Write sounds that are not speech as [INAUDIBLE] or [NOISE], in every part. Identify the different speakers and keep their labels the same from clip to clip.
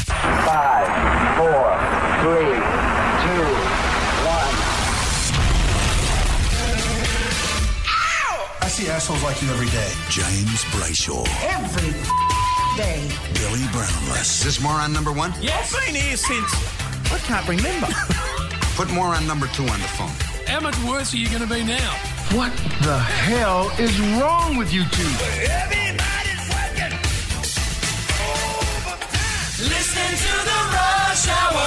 Speaker 1: Five, four, three, two, one.
Speaker 2: I see assholes like you every day.
Speaker 3: James Brayshaw.
Speaker 4: every day.
Speaker 3: Billy Brownless.
Speaker 5: This moron number one?
Speaker 6: Yes. I've been here since. I can't remember.
Speaker 5: Put moron number two on the phone.
Speaker 6: How much worse are you going to be now?
Speaker 7: What the hell is wrong with you two?
Speaker 8: Everybody's working overtime. Listen to the rush hour.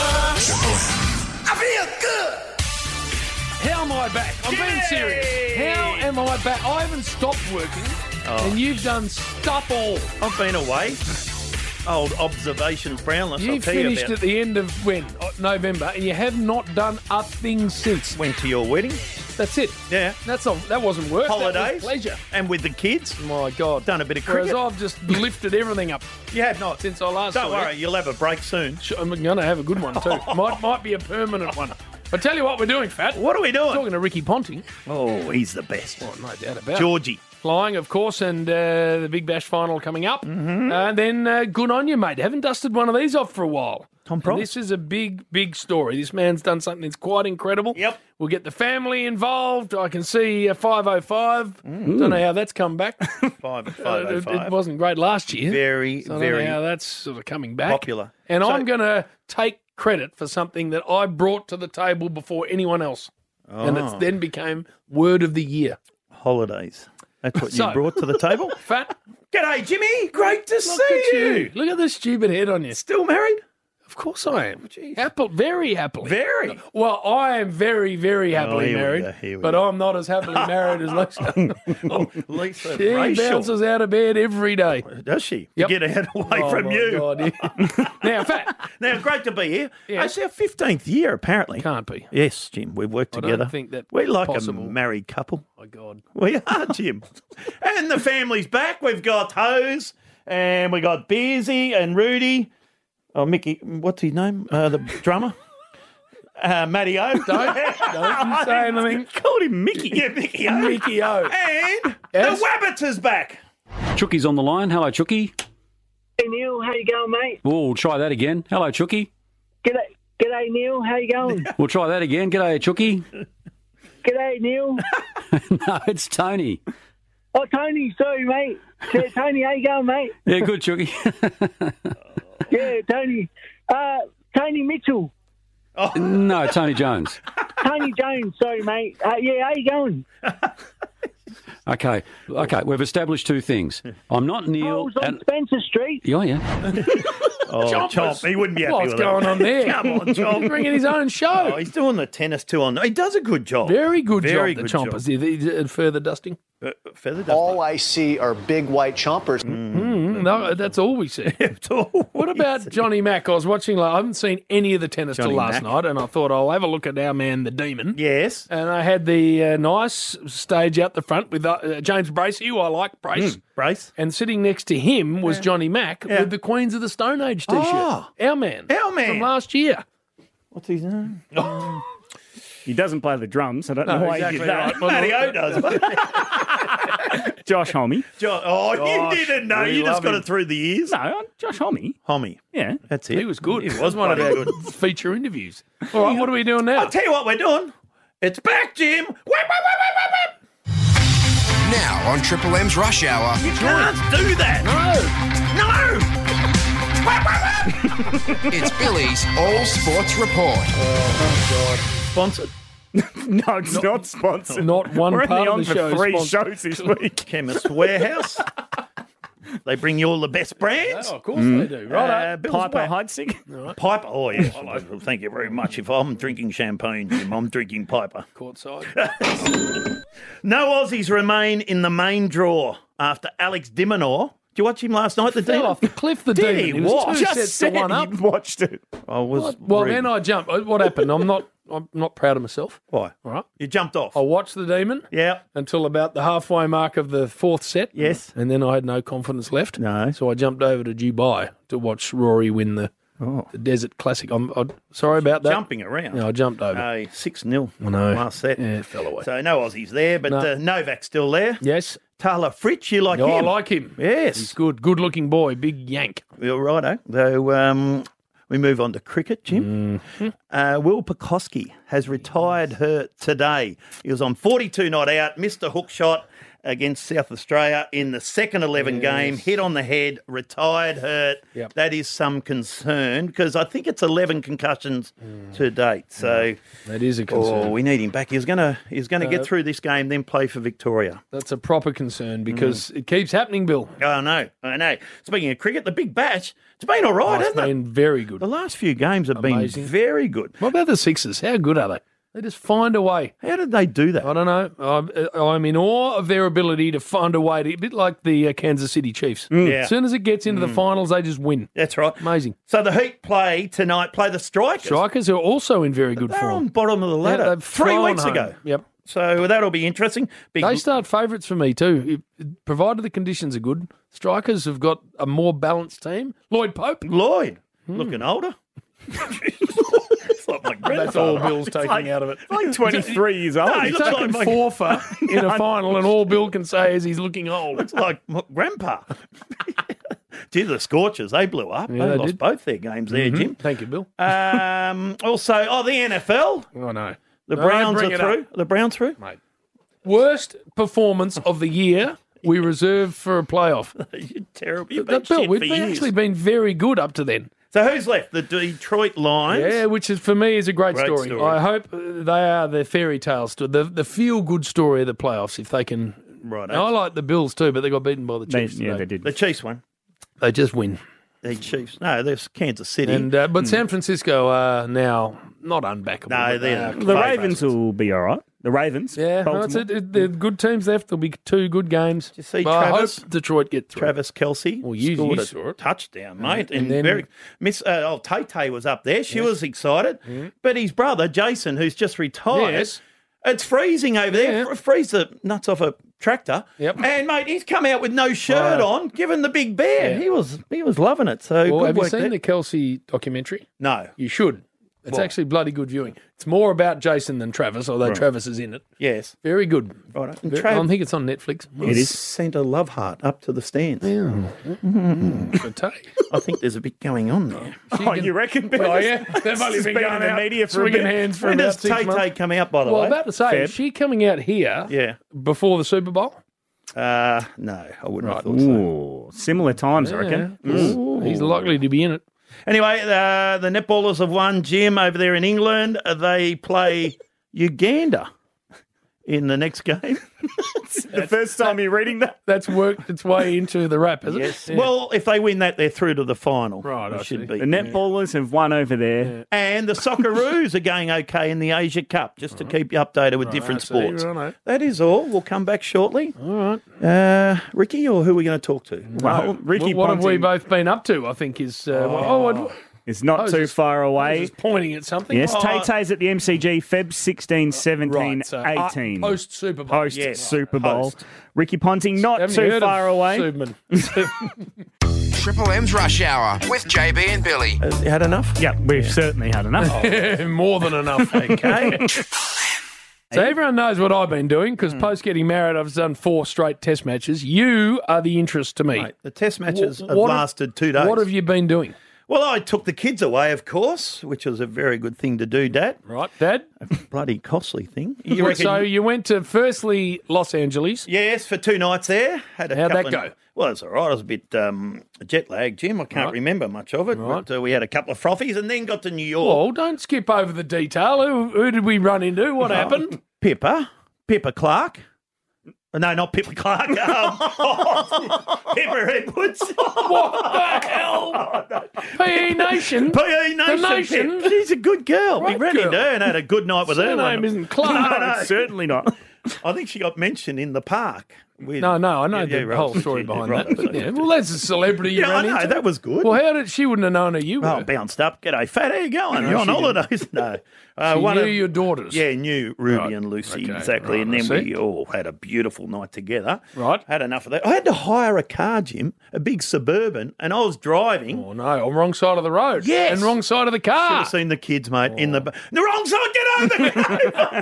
Speaker 8: I feel good.
Speaker 6: How am I back? I'm being serious. How am I back? I haven't stopped working,
Speaker 9: Oh.
Speaker 6: and you've done stuff all.
Speaker 9: I've been away. Old observations, Brownless.
Speaker 6: You
Speaker 9: I'll tell you
Speaker 6: finished
Speaker 9: about.
Speaker 6: at the end of when Uh, November, and you have not done a thing since.
Speaker 9: Went to your wedding.
Speaker 6: That's it.
Speaker 9: Yeah.
Speaker 6: That's all. That wasn't work. that was
Speaker 9: Holidays.
Speaker 6: pleasure.
Speaker 9: And with the kids.
Speaker 6: My God.
Speaker 9: Done a bit of
Speaker 6: Whereas
Speaker 9: cricket.
Speaker 6: I've just lifted everything up
Speaker 9: You have not.
Speaker 6: since I last.
Speaker 9: Don't
Speaker 6: saw you.
Speaker 9: worry, you'll have a break soon.
Speaker 6: Sh- I'm going to have a good one
Speaker 9: [LAUGHS]
Speaker 6: too. might might be a permanent one. I tell you what, we're doing, Fat.
Speaker 9: What are we doing?
Speaker 6: Talking to Ricky Ponting.
Speaker 9: Oh, he's the best.
Speaker 6: Oh, no doubt about it.
Speaker 9: Georgie.
Speaker 6: Flying, of course, and uh, the Big Bash final coming up.
Speaker 9: Mm-hmm.
Speaker 6: And then uh, good on you, mate. Haven't dusted one of these off for a while.
Speaker 9: Tom
Speaker 6: And
Speaker 9: Pross.
Speaker 6: This is a big, big story. This man's done something that's quite incredible.
Speaker 9: Yep.
Speaker 6: We'll get the family involved. I can see uh, 505. Don't know how that's come
Speaker 9: [LAUGHS]
Speaker 6: back.
Speaker 9: Five and
Speaker 6: Uh,
Speaker 9: five oh
Speaker 6: [LAUGHS] it, it
Speaker 9: Mm. five.
Speaker 6: wasn't great last year.
Speaker 9: Very,
Speaker 6: So I don't know how
Speaker 9: very.
Speaker 6: that's sort of coming back.
Speaker 9: popular.
Speaker 6: And
Speaker 9: So-
Speaker 6: I'm going to take credit for something that I brought to the table before anyone else. And
Speaker 9: Ah.
Speaker 6: it's then became word of the year.
Speaker 9: Holidays. That's what
Speaker 6: So-
Speaker 9: you brought to the
Speaker 6: [LAUGHS]
Speaker 9: table.
Speaker 6: Fat,
Speaker 9: G'day, Jimmy. Great to
Speaker 6: look
Speaker 9: see
Speaker 6: at
Speaker 9: you.
Speaker 6: you. Look at this stupid head on you.
Speaker 9: Still married?
Speaker 6: Of course I am. Apple, very happily. [LAUGHS]
Speaker 9: Very. Oh,
Speaker 6: well, I am very, very happily
Speaker 9: here we
Speaker 6: married,
Speaker 9: go, here we
Speaker 6: but
Speaker 9: go.
Speaker 6: I'm not as happily married as
Speaker 9: [LAUGHS]
Speaker 6: Lisa.
Speaker 9: Oh, Lisa
Speaker 6: She
Speaker 9: Brayshaw.
Speaker 6: bounces out of bed every day.
Speaker 9: Does she?
Speaker 6: Yep.
Speaker 9: To get out [LAUGHS] away
Speaker 6: Oh,
Speaker 9: from
Speaker 6: my
Speaker 9: you. [LAUGHS]
Speaker 6: God, yeah. now, Fat,
Speaker 9: Now, great to be here.
Speaker 6: Yeah.
Speaker 9: It's our fifteenth year, apparently.
Speaker 6: can't be.
Speaker 9: Yes, Jim, we've worked
Speaker 6: I don't
Speaker 9: together.
Speaker 6: think that
Speaker 9: we're like
Speaker 6: possible.
Speaker 9: a married couple.
Speaker 6: Oh, God.
Speaker 9: We are, [LAUGHS] Jim. and the family's back. We've got Hose and we got Beersy and Rudy. Oh, Mickey, what's his name? Uh, the drummer. Uh, Matty O.
Speaker 6: [LAUGHS]
Speaker 9: [LAUGHS]
Speaker 6: Don't you say anything.
Speaker 9: Called him Mickey. Yeah, Mickey O.
Speaker 6: Mickey O.
Speaker 9: And
Speaker 6: Yes.
Speaker 9: the Wabbit is back.
Speaker 10: Chookie's on the line. Hello, Chookie.
Speaker 1: Hey Neil, how you going, mate?
Speaker 10: We'll try that again. Hello, Chookie.
Speaker 1: G'day, g'day Neil, how you going?
Speaker 10: We'll try that again. G'day, Chookie. [LAUGHS]
Speaker 1: g'day Neil.
Speaker 10: No, it's Tony.
Speaker 1: Oh Tony, sorry mate. Yeah, Tony, how you going, mate?
Speaker 10: Yeah, good, Chookie. [LAUGHS]
Speaker 1: Yeah, Tony. Uh, Tony Mitchell,
Speaker 10: no, Tony Jones.
Speaker 1: Tony Jones. Sorry, mate. Uh, yeah, how you going?
Speaker 10: Okay, okay. We've established two things. I'm not
Speaker 1: I
Speaker 10: Neil.
Speaker 1: was Oh, on
Speaker 10: And,
Speaker 1: Spencer Street.
Speaker 10: yeah, yeah.
Speaker 9: Oh, Chomp. He wouldn't be happy
Speaker 6: What's
Speaker 9: with
Speaker 6: going
Speaker 9: that.
Speaker 6: on there?
Speaker 9: [LAUGHS] Come on,
Speaker 6: [LAUGHS] He's
Speaker 9: Chomp.
Speaker 6: bringing his own show.
Speaker 9: Oh, he's doing the tennis too on. He does a good job.
Speaker 6: Very good
Speaker 9: Very
Speaker 6: job,
Speaker 9: good
Speaker 6: the chompers. Did he- did further dusting.
Speaker 9: Uh, feather dust.
Speaker 6: Oh.
Speaker 5: All I see are big white chompers.
Speaker 9: Mm,
Speaker 6: No, that's all we see.
Speaker 9: It's all- [LAUGHS]
Speaker 6: What about Johnny Mack? I was watching. Like, I haven't seen any of the tennis till
Speaker 9: Johnny
Speaker 6: last
Speaker 9: Mack.
Speaker 6: night, and I thought I'll have a look at our man, the Demon.
Speaker 9: Yes.
Speaker 6: And I had the uh, nice stage out the front with uh, uh, James Brace, who I like, Brace.
Speaker 9: Brace.
Speaker 6: And sitting next to him was Johnny Mack
Speaker 9: Hmm. Yeah.
Speaker 6: with the Queens of the Stone Age T-shirt.
Speaker 9: Ah.
Speaker 6: Our man.
Speaker 9: Our man.
Speaker 6: From
Speaker 9: [LAUGHS]
Speaker 6: last year.
Speaker 9: What's his [LAUGHS] name?
Speaker 7: He doesn't play the drums. I don't
Speaker 6: No,
Speaker 7: know why
Speaker 6: exactly
Speaker 7: he did that.
Speaker 6: right. Well,
Speaker 9: Matty O does.
Speaker 7: Josh Homme.
Speaker 9: John, oh,
Speaker 6: Gosh,
Speaker 9: you didn't know.
Speaker 6: we
Speaker 9: You just
Speaker 6: love
Speaker 9: got
Speaker 6: him.
Speaker 9: it through the ears.
Speaker 7: No, I'm Josh Homme.
Speaker 9: Homie.
Speaker 11: [LAUGHS]
Speaker 7: Yeah.
Speaker 9: That's it.
Speaker 6: [LAUGHS] He was good.
Speaker 9: He was,
Speaker 6: It one of
Speaker 9: bloody
Speaker 6: our
Speaker 9: good.
Speaker 6: [LAUGHS] feature interviews. All right, what are we doing now?
Speaker 9: I'll tell you what we're doing. It's back, Jim. Whip, whip, whip, whip, whip, whip.
Speaker 5: Now on Triple M's Rush Hour.
Speaker 9: You can't do that.
Speaker 6: No.
Speaker 9: No. [LAUGHS] Whip, whip, whip.
Speaker 4: [LAUGHS]
Speaker 5: It's Billy's All Sports Report.
Speaker 9: Sponsored.
Speaker 7: No, it's not sponsored.
Speaker 6: Not one
Speaker 7: We're
Speaker 6: part of
Speaker 7: only on
Speaker 6: the
Speaker 7: for
Speaker 6: show is
Speaker 7: three
Speaker 6: sponsored.
Speaker 7: shows this week.
Speaker 9: Chemist Warehouse. they bring you all the best brands.
Speaker 6: Oh, of course they do. Right.
Speaker 9: Uh, Bill's
Speaker 7: Piper
Speaker 9: Whack.
Speaker 6: [LAUGHS]
Speaker 7: Heidsig.
Speaker 9: Piper. Oh, yes. I like- well, Thank you very much. If I'm drinking champagne, Jim, I'm drinking Piper.
Speaker 6: courtside.
Speaker 9: [LAUGHS] No Aussies remain in the main draw after Alex Dimonor. Did you watch him last night? The
Speaker 6: Fell
Speaker 9: Demon?
Speaker 6: off the cliff, the
Speaker 9: Did
Speaker 6: demon.
Speaker 9: he?
Speaker 6: He was
Speaker 9: What?
Speaker 6: two
Speaker 9: Just
Speaker 6: sets to one up.
Speaker 7: You watched it.
Speaker 9: I was.
Speaker 6: Well,
Speaker 9: reading.
Speaker 6: then I jumped. Uh, What happened? I'm not. I'm not proud of myself.
Speaker 9: Why?
Speaker 6: All right.
Speaker 9: You jumped off.
Speaker 6: I watched the demon
Speaker 9: Yeah.
Speaker 6: until about the halfway mark of the fourth set.
Speaker 9: Yes.
Speaker 6: And then I had no confidence left.
Speaker 9: No.
Speaker 6: So I jumped over to Dubai to watch Rory win the, the Desert Classic. I'm, i sorry about that.
Speaker 9: Oh. Jumping around.
Speaker 6: No, I jumped over.
Speaker 9: No, 6 0
Speaker 6: know.
Speaker 9: last set.
Speaker 6: Yeah, it fell away.
Speaker 9: So no Aussies there, but
Speaker 6: No.
Speaker 9: uh, Novak's still there.
Speaker 6: yes.
Speaker 9: Tyler Fritsch, you like
Speaker 6: Oh, I
Speaker 9: him?
Speaker 6: like him.
Speaker 9: Yes.
Speaker 6: He's good. Good looking boy. Big yank.
Speaker 9: Well, righto. eh? Though, um, We move on to cricket, Jim.
Speaker 6: Mm-hmm.
Speaker 9: Uh, Will Pekoski has retired her today. He was on 42 not out, missed a hook shot against South Australia in the second 11
Speaker 6: Yes.
Speaker 9: game, hit on the head, retired hurt.
Speaker 6: Yep.
Speaker 9: That is some concern because I think it's 11 concussions to date. So
Speaker 6: Mm. that is a concern.
Speaker 9: Oh, we need him back. He's going to he's going to
Speaker 6: Uh,
Speaker 9: get through this game, then play for Victoria.
Speaker 6: That's a proper
Speaker 9: Mm.
Speaker 6: concern because it keeps happening, Bill.
Speaker 9: I know, I know. Speaking of cricket, the Big Bash, it's been all right,
Speaker 6: Oh, it's
Speaker 9: hasn't it?
Speaker 6: been very good.
Speaker 9: The last few games have
Speaker 6: Amazing.
Speaker 9: been very good.
Speaker 6: What about the Sixers? How good are they? They just find a way.
Speaker 9: How did they do that?
Speaker 6: I don't know. I'm, uh, I'm in awe of their ability to find a way to, a bit like the uh, Kansas City Chiefs.
Speaker 9: Mm. Yeah. Mm.
Speaker 6: As soon as it gets into the finals, they just win.
Speaker 9: That's right.
Speaker 6: Amazing.
Speaker 9: So the Heat play tonight, play the Strikers.
Speaker 6: Strikers are also in very good
Speaker 9: They're
Speaker 6: form.
Speaker 9: on bottom of the
Speaker 6: Yeah,
Speaker 9: ladder
Speaker 6: they've
Speaker 9: three
Speaker 6: flown
Speaker 9: weeks
Speaker 6: home.
Speaker 9: ago.
Speaker 6: Yep.
Speaker 9: So that'll be interesting. Big,
Speaker 6: They start favourites for me too, If- provided the conditions are good. Strikers have got a more balanced team. Lloyd Pope.
Speaker 9: Lloyd
Speaker 6: Hmm.
Speaker 9: looking
Speaker 6: [LAUGHS]
Speaker 9: older. it's like my
Speaker 11: That's all
Speaker 9: grandfather.
Speaker 11: Bill's taking
Speaker 9: like-
Speaker 11: out of it.
Speaker 9: like
Speaker 11: 23 years old.
Speaker 9: [LAUGHS] No, he
Speaker 6: He's
Speaker 9: looks
Speaker 6: taken
Speaker 9: like my- [LAUGHS]
Speaker 6: four for in a final, and all Bill can say is he's looking old.
Speaker 9: Looks like my grandpa. [LAUGHS] Gee, the Scorchers, they blew up.
Speaker 6: Yeah,
Speaker 9: they,
Speaker 6: they
Speaker 9: lost
Speaker 6: did. Mm-hmm.
Speaker 9: both their games there, Jim.
Speaker 6: Thank you,
Speaker 9: Uh,
Speaker 6: Bill.
Speaker 9: Um, also, oh, the NFL.
Speaker 6: I know.
Speaker 9: The
Speaker 6: No,
Speaker 9: Browns
Speaker 6: bring
Speaker 9: are
Speaker 6: it up.
Speaker 9: through. The Browns through.
Speaker 6: Worst performance of the year we reserve for a playoff.
Speaker 9: You're terrible. You've been
Speaker 6: But Bill,
Speaker 9: shit
Speaker 6: we've
Speaker 9: for
Speaker 6: been-
Speaker 9: years.
Speaker 6: actually been very good up to then.
Speaker 9: So who's left? The Detroit Lions.
Speaker 6: Yeah, which is for me is a great,
Speaker 9: Great
Speaker 6: story.
Speaker 9: story.
Speaker 6: I hope uh, they are the fairy tale story, the the feel good story of the playoffs if they can.
Speaker 9: Right.
Speaker 6: And I like the Bills too, but they got beaten by the Chiefs.
Speaker 11: yeah,
Speaker 6: today.
Speaker 11: they did.
Speaker 9: The Chiefs won.
Speaker 6: They just win.
Speaker 9: The Chiefs. No, there's Kansas City.
Speaker 6: And uh, but San Francisco are now not unbackable.
Speaker 9: Hmm. no,
Speaker 6: but
Speaker 9: they're
Speaker 6: are-
Speaker 9: the
Speaker 11: The
Speaker 9: favourites.
Speaker 11: Ravens will be all right. The Ravens.
Speaker 6: Yeah, no, it's
Speaker 11: Baltimore.
Speaker 6: a, it, they're good teams left. There'll be two good games.
Speaker 9: you see
Speaker 6: But I
Speaker 9: Travis-
Speaker 6: hope Detroit get through.
Speaker 9: Travis Kelsey
Speaker 6: Well, you-
Speaker 9: scored
Speaker 6: you
Speaker 9: a
Speaker 6: saw it. Uh,
Speaker 9: touchdown, mate.
Speaker 6: And
Speaker 9: And,
Speaker 6: then-
Speaker 9: very Miss uh, oh Tay Tay was up there. She was excited, but his brother Jason, who's just retired,
Speaker 6: Yes.
Speaker 9: it's freezing over there.
Speaker 6: Yeah.
Speaker 9: F- freeze the nuts off a tractor.
Speaker 6: Yep.
Speaker 9: And mate, he's come out with no shirt
Speaker 6: Wow.
Speaker 9: on, giving the big bear. He was he was loving it. So
Speaker 6: Well,
Speaker 9: good
Speaker 6: have you
Speaker 9: work
Speaker 6: seen
Speaker 9: there.
Speaker 6: the Kelsey documentary?
Speaker 9: No.
Speaker 6: You should. It's actually bloody good viewing. It's more about Jason than Travis, although Travis is in it.
Speaker 9: Yes.
Speaker 6: Very good.
Speaker 9: Right. And
Speaker 6: Very,
Speaker 9: Trav
Speaker 6: I think it's on Netflix.
Speaker 9: sent a love heart up to the stands.
Speaker 6: Good
Speaker 11: [LAUGHS]
Speaker 6: take.
Speaker 9: I think there's a bit going on
Speaker 6: [LAUGHS]
Speaker 9: there.
Speaker 11: Oh, you reckon? Bill?
Speaker 6: Oh yeah, [LAUGHS] they've only
Speaker 11: This has
Speaker 6: been
Speaker 11: been
Speaker 6: going
Speaker 11: in the
Speaker 6: out
Speaker 11: media for a
Speaker 6: swinging
Speaker 11: bit.
Speaker 6: hands for
Speaker 9: When
Speaker 6: about
Speaker 9: does
Speaker 6: six
Speaker 9: Tay Tay
Speaker 6: months.
Speaker 9: come out, by the
Speaker 6: Well,
Speaker 9: way?
Speaker 6: about to say,
Speaker 11: Feb.
Speaker 6: is she coming out here
Speaker 9: Yeah.
Speaker 6: before the Super Bowl?
Speaker 9: Uh, no, I wouldn't have thought so.
Speaker 11: [LAUGHS] Ooh, similar times, I reckon. [LAUGHS]
Speaker 6: He's likely to be in it.
Speaker 9: Anyway, uh, the netballers have won. Jim over there in England, uh, they play Uganda in the next
Speaker 6: [LAUGHS]
Speaker 9: game.
Speaker 11: The first time you're reading that.
Speaker 6: That's worked its way into the wrap, has it? Yeah.
Speaker 9: Well, if they win that, they're through to the final.
Speaker 6: Right,
Speaker 9: They
Speaker 6: I
Speaker 9: should
Speaker 6: see.
Speaker 9: be.
Speaker 11: The netballers have won over there.
Speaker 9: And the Socceroos are going okay in the Asia Cup, just to keep you updated with different
Speaker 6: so you
Speaker 9: sports.
Speaker 6: don't know.
Speaker 9: That is all. We'll come back shortly. All right. Uh, Ricky, or who are we going to talk to?
Speaker 11: Well, Ricky
Speaker 6: what, what have we
Speaker 11: Ponting
Speaker 6: both been up to? I think is uh, oh, oh
Speaker 11: is
Speaker 6: I
Speaker 11: not
Speaker 6: was
Speaker 11: too
Speaker 6: just-
Speaker 11: far
Speaker 6: I
Speaker 11: away.
Speaker 6: was just pointing at something.
Speaker 11: Yes,
Speaker 6: Oh,
Speaker 11: Tay Tay's at the MCG Feb 16, 17,
Speaker 6: right, so, uh,
Speaker 11: 18.
Speaker 6: post Super Bowl.
Speaker 11: Post
Speaker 9: Yes,
Speaker 11: Super Bowl.
Speaker 9: post.
Speaker 11: Ricky Ponting, not
Speaker 6: Haven't you
Speaker 11: too
Speaker 6: heard of
Speaker 11: far away.
Speaker 6: Superman?
Speaker 11: [LAUGHS]
Speaker 6: [LAUGHS]
Speaker 5: Triple M's Rush Hour with JB and Billy.
Speaker 9: Has you had enough?
Speaker 11: Yeah, we've certainly had enough.
Speaker 6: Oh, [LAUGHS]
Speaker 11: [LAUGHS]
Speaker 6: More
Speaker 9: [LAUGHS]
Speaker 6: than enough. Okay. So everyone knows what I've been doing
Speaker 9: Hmm.
Speaker 6: because post getting married, I've done four straight test matches. You are the interest to me.
Speaker 9: Mate, the test matches
Speaker 6: Wh-
Speaker 9: have
Speaker 6: what have-
Speaker 9: lasted two days.
Speaker 6: What have you been doing?
Speaker 9: Well, I took the kids away, of course, which was a very good thing to do, Dad.
Speaker 6: Right, Dad.
Speaker 9: Bloody costly thing.
Speaker 6: so you went to firstly Los Angeles.
Speaker 9: Yes, for two nights there. Had a
Speaker 6: How'd
Speaker 9: couple
Speaker 6: that
Speaker 9: of-
Speaker 6: go?
Speaker 9: well, it's all right. I was a bit um, jet lagged, Jim. I can't remember much of it. But uh, we had a couple of frothies and then got to New York.
Speaker 6: Oh, don't skip over the detail. Who, who did we run into?
Speaker 9: [LAUGHS]
Speaker 6: What happened?
Speaker 9: Uh, Pippa, Pippa Clark. No, not Pippa
Speaker 6: [LAUGHS]
Speaker 9: Clark. Um, [LAUGHS] Pippa Edwards.
Speaker 6: What the hell? PE Nation.
Speaker 9: PE E Nation.
Speaker 6: nation.
Speaker 9: Pip. She's a good girl. we
Speaker 6: Right
Speaker 9: ran
Speaker 6: girl.
Speaker 9: into her and had a good night with her.
Speaker 6: Her
Speaker 9: one-
Speaker 6: name isn't
Speaker 9: [LAUGHS]
Speaker 6: Clark.
Speaker 9: No,
Speaker 11: certainly not.
Speaker 9: I think she got mentioned in the park. with-
Speaker 6: No, no, I know
Speaker 9: Yeah,
Speaker 6: the
Speaker 9: yeah, right.
Speaker 6: whole
Speaker 9: [LAUGHS]
Speaker 6: story
Speaker 9: Yeah,
Speaker 6: behind
Speaker 9: right,
Speaker 6: that.
Speaker 9: that's
Speaker 6: But
Speaker 9: right.
Speaker 6: yeah, well, that's a celebrity you
Speaker 9: Yeah, I
Speaker 6: ran
Speaker 9: know.
Speaker 6: into.
Speaker 9: That was good.
Speaker 6: Well, how did she wouldn't have known who you were?
Speaker 9: Oh, bounced up. G'day, fat. How you going? You're on
Speaker 6: she
Speaker 9: holidays? [LAUGHS] No. Uh,
Speaker 6: She
Speaker 9: one
Speaker 6: knew
Speaker 9: of-
Speaker 6: your daughters.
Speaker 9: Yeah, knew Ruby and Lucy
Speaker 6: Okay,
Speaker 9: exactly,
Speaker 6: right,
Speaker 9: and
Speaker 6: I
Speaker 9: then
Speaker 6: see.
Speaker 9: we all had a beautiful night together.
Speaker 6: Right.
Speaker 9: had enough of that. I had to hire a car, Jim, a big suburban, and I was driving.
Speaker 6: Oh, Ah. no, on wrong side of the road.
Speaker 9: Yes.
Speaker 6: And wrong side of the car.
Speaker 9: Should have seen the kids, mate, in
Speaker 6: Oh.
Speaker 9: the, ba- the wrong side. Get over! [LAUGHS]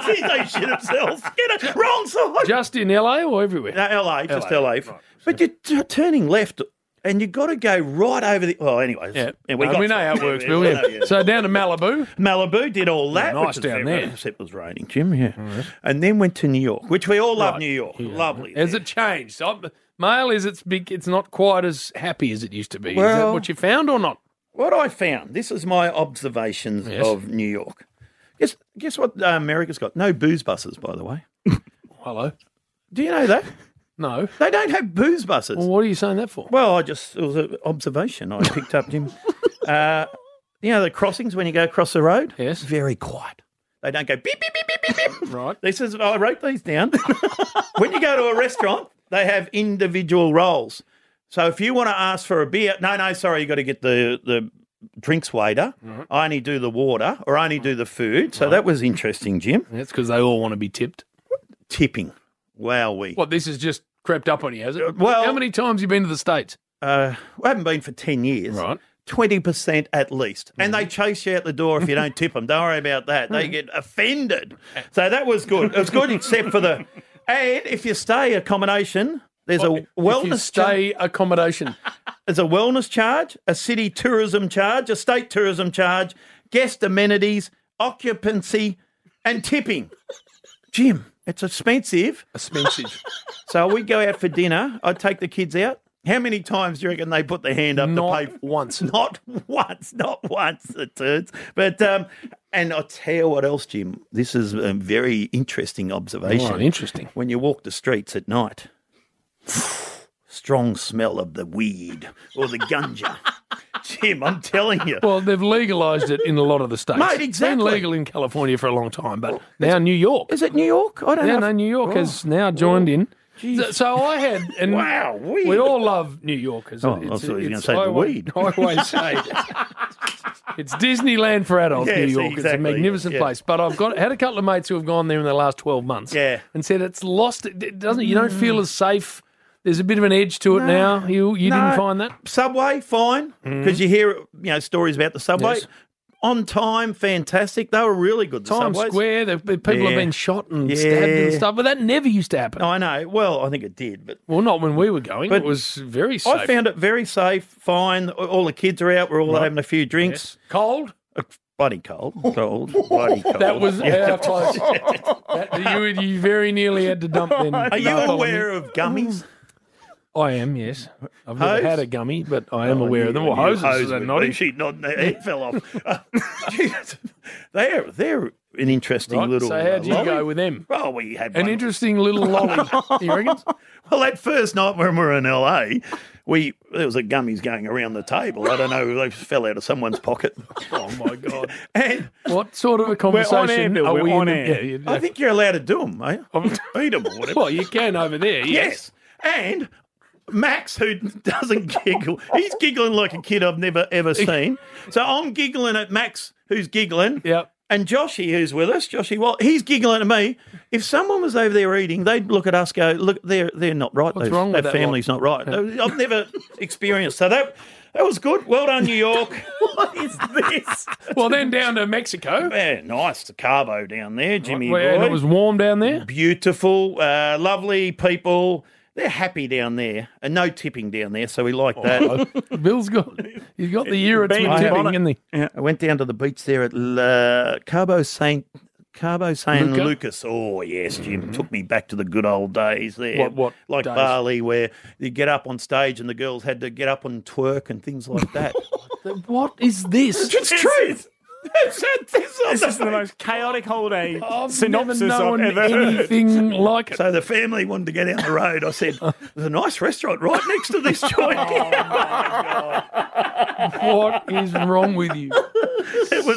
Speaker 9: Jeez, they shit themselves. Get it wrong side.
Speaker 6: Just in LA or everywhere?
Speaker 9: no, LA, just
Speaker 6: LA,
Speaker 9: LA. But you're t- turning left and you've got to go right over the. Well, anyways, yeah,
Speaker 6: No, Uh, we know how
Speaker 9: [LAUGHS]
Speaker 6: it works, Bill. yeah. So down to Malibu.
Speaker 9: Malibu did all
Speaker 6: Yeah,
Speaker 9: that.
Speaker 6: nice
Speaker 9: which is
Speaker 6: down
Speaker 9: very-
Speaker 6: there.
Speaker 9: Except it was raining, Jim. Yeah, and then went to New York, which we all love. New York, lovely.
Speaker 6: Has it changed? I'm, mail is it's big. It's not quite as happy as it used to be. is that
Speaker 9: Well-
Speaker 6: what you found or not?
Speaker 9: What I found. This is my observations
Speaker 6: Yes.
Speaker 9: of New York. Guess guess what? Uh, America's got no booze buses, by the way.
Speaker 6: Hello.
Speaker 9: Do you know that?
Speaker 6: No,
Speaker 9: they don't have booze buses. Well,
Speaker 6: what are you saying that for?
Speaker 9: Well, I just it was an observation I picked up,
Speaker 6: [LAUGHS]
Speaker 9: Jim. uh, you know the crossings when you go across the road.
Speaker 6: Yes,
Speaker 9: very quiet. They don't go beep beep beep beep beep beep. "Oh, Right. This is I wrote these down. [LAUGHS] when you go to a restaurant, they have individual roles. So if you want to ask for a beer, no, no, sorry, you got to get the the drinks waiter. I only do the water, or I only do the food. So that was interesting, Jim.
Speaker 6: That's because they all want to be tipped.
Speaker 9: Tipping. Wow, we.
Speaker 6: What this has just crept up on you, has it?
Speaker 9: Uh, Well,
Speaker 6: how many times you been to the states?
Speaker 9: Uh, I haven't been for ten years. Right. Twenty percent at least, and they chase you out the door if you don't tip them. Don't worry about that;
Speaker 6: Hmm.
Speaker 9: they get offended. So that was good. It was good, except for the. And if you stay accommodation, there's a wellness
Speaker 6: stay accommodation.
Speaker 9: There's a wellness charge, a city tourism charge, a state tourism charge, guest amenities, occupancy, and tipping. Jim, it's expensive. [LAUGHS]
Speaker 6: Expensive.
Speaker 9: so we go out for dinner. I take the kids out. How many times do you reckon they put their hand up to pay?
Speaker 6: Once.
Speaker 9: [LAUGHS] Not once. Not once. The turds. But um, and I tell you what else, Jim. This is a very interesting observation.
Speaker 6: Right, interesting.
Speaker 9: When you walk the streets at night, strong smell of the weed or the
Speaker 6: [LAUGHS]
Speaker 9: gunja. Jim, I'm telling you.
Speaker 6: Well, they've legalised it in a lot of the states.
Speaker 9: Mate,
Speaker 6: It's
Speaker 9: exactly.
Speaker 6: been legal in California for a long time, but now New York.
Speaker 9: Is it New York? I don't
Speaker 6: yeah,
Speaker 9: know.
Speaker 6: no,
Speaker 9: if-
Speaker 6: New York has now joined in. So, so I had,
Speaker 9: [LAUGHS]
Speaker 6: and
Speaker 9: Oh. Wow, weed.
Speaker 6: we all love New Yorkers.
Speaker 9: Oh, I thought you were gonna say the
Speaker 6: I, always-
Speaker 9: weed.
Speaker 6: I [LAUGHS] always say it's Disneyland for adults,
Speaker 9: Yes,
Speaker 6: New York. It's a
Speaker 9: exactly,
Speaker 6: magnificent
Speaker 9: yeah.
Speaker 6: place. But I've got had a couple of mates who have gone there in the last twelve months,
Speaker 9: Yeah. Mm.
Speaker 6: and said it's lost. It it doesn't. You don't feel as safe. There's a bit of an edge to it
Speaker 9: No.
Speaker 6: now. You you
Speaker 9: No.
Speaker 6: didn't find that?
Speaker 9: [LAUGHS] Subway, fine, because you hear you know stories about the subway.
Speaker 6: Mm. Yes.
Speaker 9: On time, fantastic. They were really good. The
Speaker 6: Times
Speaker 9: subways.
Speaker 6: Square, the, the people
Speaker 9: Yeah.
Speaker 6: have been shot and stabbed and
Speaker 9: Yeah.
Speaker 6: stuff, but that never used to happen.
Speaker 9: I know. Well, I think it did, but
Speaker 6: Well, not when we were going.
Speaker 9: But
Speaker 6: it was very safe.
Speaker 9: I found it very safe. Fine. All the kids are out. We're all having a few drinks.
Speaker 6: cold.
Speaker 9: Bloody cold.
Speaker 6: [LAUGHS]
Speaker 9: Cold. Bloody cold.
Speaker 6: That was
Speaker 9: Yeah. [LAUGHS]
Speaker 6: how close. That- you, you very nearly had to dump
Speaker 9: [LAUGHS]
Speaker 6: then.
Speaker 9: Are you aware of gummies?
Speaker 6: Mm. I am, yes. I've never
Speaker 9: Hose?
Speaker 6: had a gummy, but I am aware of them. Well,
Speaker 9: I knew
Speaker 6: hoses
Speaker 9: hose
Speaker 6: are
Speaker 9: would [LAUGHS]
Speaker 6: naughty.
Speaker 9: be- She nodded. her
Speaker 6: [LAUGHS]
Speaker 9: head fell off. [LAUGHS] Jeez. they're they're an interesting
Speaker 6: Right,
Speaker 9: little.
Speaker 6: so how'd you
Speaker 9: uh, lolly.
Speaker 6: go with them?
Speaker 9: Well, we had
Speaker 6: An
Speaker 9: one.
Speaker 6: interesting
Speaker 9: [LAUGHS]
Speaker 6: little lolly. you reckon?
Speaker 9: Well, that first night when we were in LA, we there was a gummies going around the table. I don't know, they fell out of someone's pocket.
Speaker 6: [LAUGHS] Oh my god!
Speaker 9: [LAUGHS] And
Speaker 6: What sort of a conversation
Speaker 11: Bill.
Speaker 6: are
Speaker 11: We're
Speaker 6: we
Speaker 11: on
Speaker 6: in?
Speaker 11: air.
Speaker 6: Yeah, you
Speaker 9: I think you're allowed to do them,
Speaker 6: [LAUGHS]
Speaker 9: mate. Eat them or whatever.
Speaker 6: well, you can over there. Yes.
Speaker 9: Yes. And Max, who doesn't giggle, he's giggling like a kid I've never ever
Speaker 6: [LAUGHS]
Speaker 9: seen. So I'm giggling at Max, who's giggling.
Speaker 6: Yep.
Speaker 9: And Joshy, who's with us, Joshy, well, he's giggling at me. If someone was over there eating, they'd look at us, go, "Look, they're they're not right.
Speaker 6: What's
Speaker 9: Those-
Speaker 6: wrong with
Speaker 9: that
Speaker 6: that
Speaker 9: family's not right." I've
Speaker 6: [LAUGHS]
Speaker 9: never experienced so that. That was good. Well done, New
Speaker 6: [LAUGHS]
Speaker 9: York. what is this?
Speaker 6: Well, then down to
Speaker 9: [LAUGHS]
Speaker 6: Mexico.
Speaker 9: Man, nice to Carbo down there, Jimmy
Speaker 6: Where and
Speaker 9: boy
Speaker 6: it was warm
Speaker 9: [LAUGHS]
Speaker 6: down there.
Speaker 9: beautiful, uh, lovely people. They're happy down there, and no tipping down there, so we like that.
Speaker 6: Bill's got he's got the year it's
Speaker 11: Been
Speaker 6: been
Speaker 11: tipping.
Speaker 6: tipping, isn't he?
Speaker 9: I went down to the beach there at La Cabo Saint Cabo Saint
Speaker 6: Luca?
Speaker 9: Lucas. Oh yes, Jim took me back to the good old days there.
Speaker 6: What- what
Speaker 9: like
Speaker 6: days?
Speaker 9: Bali, where you get up on stage and the girls had to get up and twerk and things like that.
Speaker 6: What is this?
Speaker 9: it's true. It's, it's not
Speaker 11: This
Speaker 9: the
Speaker 11: is the
Speaker 9: fact.
Speaker 11: most chaotic
Speaker 6: [LAUGHS]
Speaker 11: holiday
Speaker 6: I've
Speaker 11: synopsis
Speaker 6: never known
Speaker 11: I've ever heard.
Speaker 9: [LAUGHS]
Speaker 6: anything like
Speaker 9: [LAUGHS]
Speaker 6: it.
Speaker 9: So the family wanted to get out the road. I said, "There's a nice restaurant right next to this joint." [LAUGHS]
Speaker 6: What is wrong
Speaker 9: [LAUGHS]
Speaker 6: with you?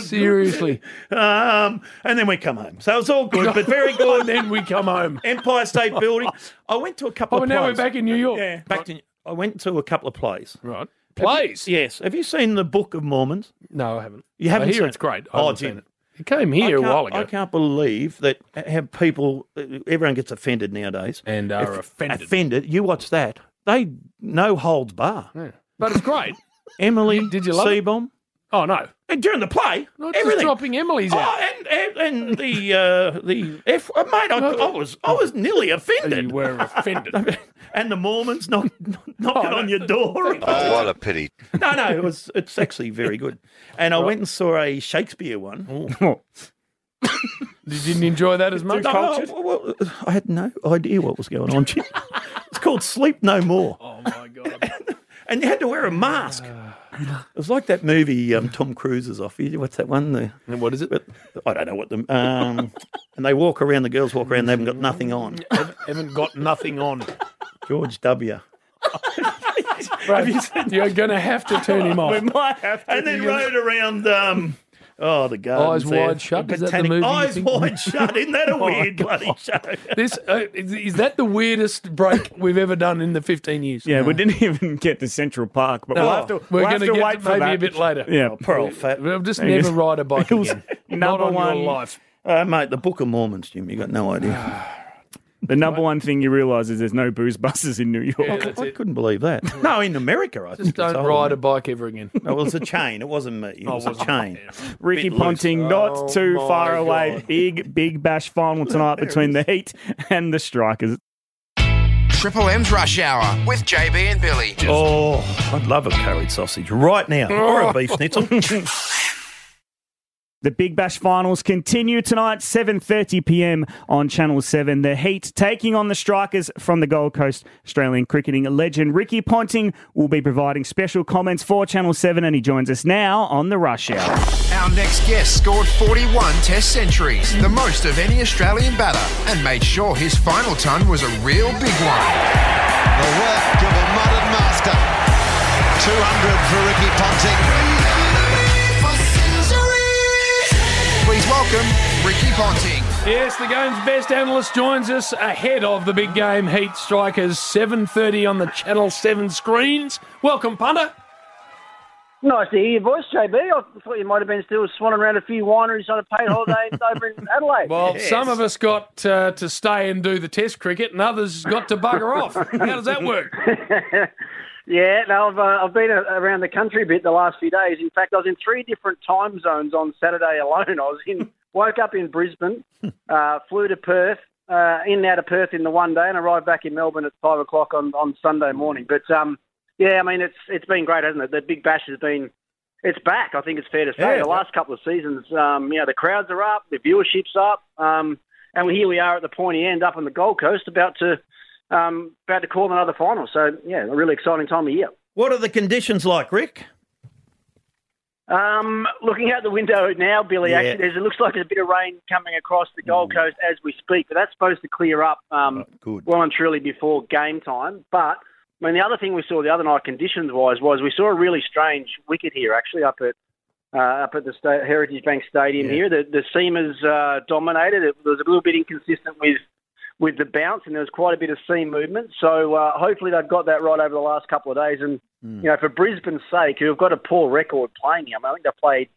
Speaker 6: Seriously.
Speaker 9: Um, and then we come home. So it's all good, but
Speaker 6: [LAUGHS]
Speaker 9: very
Speaker 6: Well,
Speaker 9: good.
Speaker 6: then we come home.
Speaker 9: Empire State Building. I went to a couple
Speaker 6: Oh,
Speaker 9: of
Speaker 6: now we're
Speaker 9: plays.
Speaker 6: back in New York.
Speaker 11: Yeah.
Speaker 9: Back to, I went to a couple of plays.
Speaker 6: Right. Plays.
Speaker 9: Yes. Have you seen the Book of Mormons?
Speaker 6: No, I haven't.
Speaker 9: You haven't
Speaker 6: I hear
Speaker 9: seen
Speaker 6: it's
Speaker 9: it?
Speaker 6: great. I
Speaker 9: Oh,
Speaker 6: haven't
Speaker 9: Jim.
Speaker 6: seen it. It came
Speaker 9: I
Speaker 6: here a
Speaker 9: can't-
Speaker 6: while
Speaker 9: I
Speaker 6: ago.
Speaker 9: can't believe that how people, everyone gets offended nowadays.
Speaker 6: And are offended.
Speaker 9: Offended. You watch that. They no holds bar.
Speaker 6: But it's great.
Speaker 9: Emily
Speaker 6: Did you love it?
Speaker 9: Seabomb.
Speaker 6: Oh no!
Speaker 9: And during the play,
Speaker 6: Not just
Speaker 9: everything.
Speaker 6: dropping Emily's
Speaker 9: oh,
Speaker 6: out.
Speaker 9: and, and and the uh, the F. oh, mate, I, I was I was nearly offended. You
Speaker 6: were
Speaker 9: [LAUGHS]
Speaker 6: offended.
Speaker 9: and the Mormons knock, knocking on your door.
Speaker 12: Oh, what a pity.
Speaker 9: no, no, it was. It's actually very good. And I went and saw a Shakespeare one.
Speaker 6: You didn't enjoy that as much.
Speaker 9: No,
Speaker 6: Cultured?
Speaker 9: well, well, I had no idea what was [LAUGHS] going on. Jim. it's called Sleep No More. Oh my god! [LAUGHS] and you had to wear a [SIGHS] mask. It was like that movie um, Tom Cruise is off. What's that one? The,
Speaker 6: what is it?
Speaker 9: I don't know what the. Um, and they walk around. The girls walk around. They haven't got nothing [LAUGHS] on.
Speaker 6: haven't got nothing on.
Speaker 9: George W.
Speaker 6: Right. You're going to have to
Speaker 9: [LAUGHS]
Speaker 6: turn him off.
Speaker 9: might have to. And then rode around. Um, oh, the gardens.
Speaker 6: Eyes
Speaker 9: there.
Speaker 6: wide shut. Is that the
Speaker 9: Botanic-
Speaker 6: movie? you
Speaker 9: Eyes
Speaker 6: think?
Speaker 9: wide shut. Isn't that a
Speaker 6: [LAUGHS] Oh, my
Speaker 9: weird bloody show?
Speaker 6: This uh, is, is that the weirdest break we've ever done in the 15 years.
Speaker 11: [LAUGHS] Yeah, we didn't even get to Central Park, but
Speaker 6: No.
Speaker 11: we'll have to.
Speaker 6: We're
Speaker 11: we'll have
Speaker 6: gonna
Speaker 11: to
Speaker 6: get
Speaker 11: wait
Speaker 6: to
Speaker 11: for
Speaker 6: maybe
Speaker 11: that.
Speaker 6: a bit later.
Speaker 11: Yeah,
Speaker 9: Poor old fat.
Speaker 6: We'll just
Speaker 9: There you
Speaker 6: never
Speaker 9: go.
Speaker 6: ride a
Speaker 9: [LAUGHS]
Speaker 6: bike again.
Speaker 11: [LAUGHS] Number
Speaker 6: Not on
Speaker 11: one,
Speaker 6: your life.
Speaker 9: Uh, mate, the Book of Mormons, Jim. You got no
Speaker 6: [SIGHS]
Speaker 9: idea.
Speaker 11: the number one thing you realise is there's no booze buses in New York.
Speaker 6: Yeah, that's
Speaker 9: I
Speaker 6: it.
Speaker 9: couldn't believe that. No, in America, I
Speaker 6: Just
Speaker 9: think it's
Speaker 6: don't
Speaker 9: older.
Speaker 6: ride a Oh, bike ever again.
Speaker 9: No, well, it was a chain. It wasn't me. It was a chain.
Speaker 11: Ricky
Speaker 9: Bit loose.
Speaker 11: Ponting,
Speaker 6: Oh,
Speaker 11: not too
Speaker 6: my
Speaker 11: far away.
Speaker 6: God.
Speaker 11: Big, big bash
Speaker 6: [LAUGHS]
Speaker 11: final tonight between the Heat and the Strikers.
Speaker 5: Triple M's Rush Hour with JB and Billy.
Speaker 9: Oh, I'd love a curried sausage right
Speaker 6: [LAUGHS]
Speaker 9: now, or a beef schnitzel.
Speaker 11: The Big Bash finals continue tonight, 7:30 p.m. on Channel 7. The Heat taking on the Strikers from the Gold Coast. Australian cricketing legend Ricky Ponting will be providing special comments for Channel 7 and he joins us now on the Rush Hour.
Speaker 5: Our next guest scored 41 test centuries, the most of any Australian batter, and made sure his final ton was a real big one.
Speaker 2: The work of a modern master. 200 for Ricky Ponting.
Speaker 5: Please welcome Ricky Ponting.
Speaker 6: [LAUGHS] Yes, the game's best analyst joins us ahead of the big game. Heat Strikers, 7.30 on the Channel 7 screens. Welcome, punter.
Speaker 1: Nice to hear your voice, JB. I thought you might have been still swanning around a few wineries on a paid holiday over in Adelaide.
Speaker 6: Well, some of us got uh, to stay and do the test cricket and others got to bugger off. How does that work?
Speaker 1: yeah, no, I've, uh, I've been a- around the country a bit the last few days. In fact, I was in three different time zones on Saturday alone. [LAUGHS] I was in, woke up in Brisbane, uh, flew to Perth, uh, in and out of Perth in the one day, and arrived back in Melbourne at five o'clock on, on Sunday morning. But um, yeah, I mean, it's it's been great, hasn't it? The Big Bash has been. It's back. I think it's fair to say.
Speaker 9: Yeah.
Speaker 1: the last couple of seasons, um, you know, the crowds are up, the viewership's up, um, and here we are at the pointy end up on the Gold Coast, about to um, about to call another final. So yeah, a really exciting time of year.
Speaker 9: what are the conditions like, Rick?
Speaker 1: Um, looking out the window now, Billy,
Speaker 9: Yeah. Mm.
Speaker 1: actually, there's, it looks like there's a bit of rain coming across the Gold Coast as we speak, but that's supposed to clear up um,
Speaker 9: Oh, Good.
Speaker 1: well and truly before game time. But I mean, the other thing we saw the other night, conditions-wise, was we saw a really strange wicket here, actually, up at uh, up at the sta- Heritage Bank Stadium here. The the seamers uh, dominated. It was a little bit inconsistent with with the bounce, and there was quite a bit of seam movement. So uh, hopefully they've got that right over the last couple of days. And you know, for Brisbane's sake, who have got a poor record playing here, I, mean, I think they've played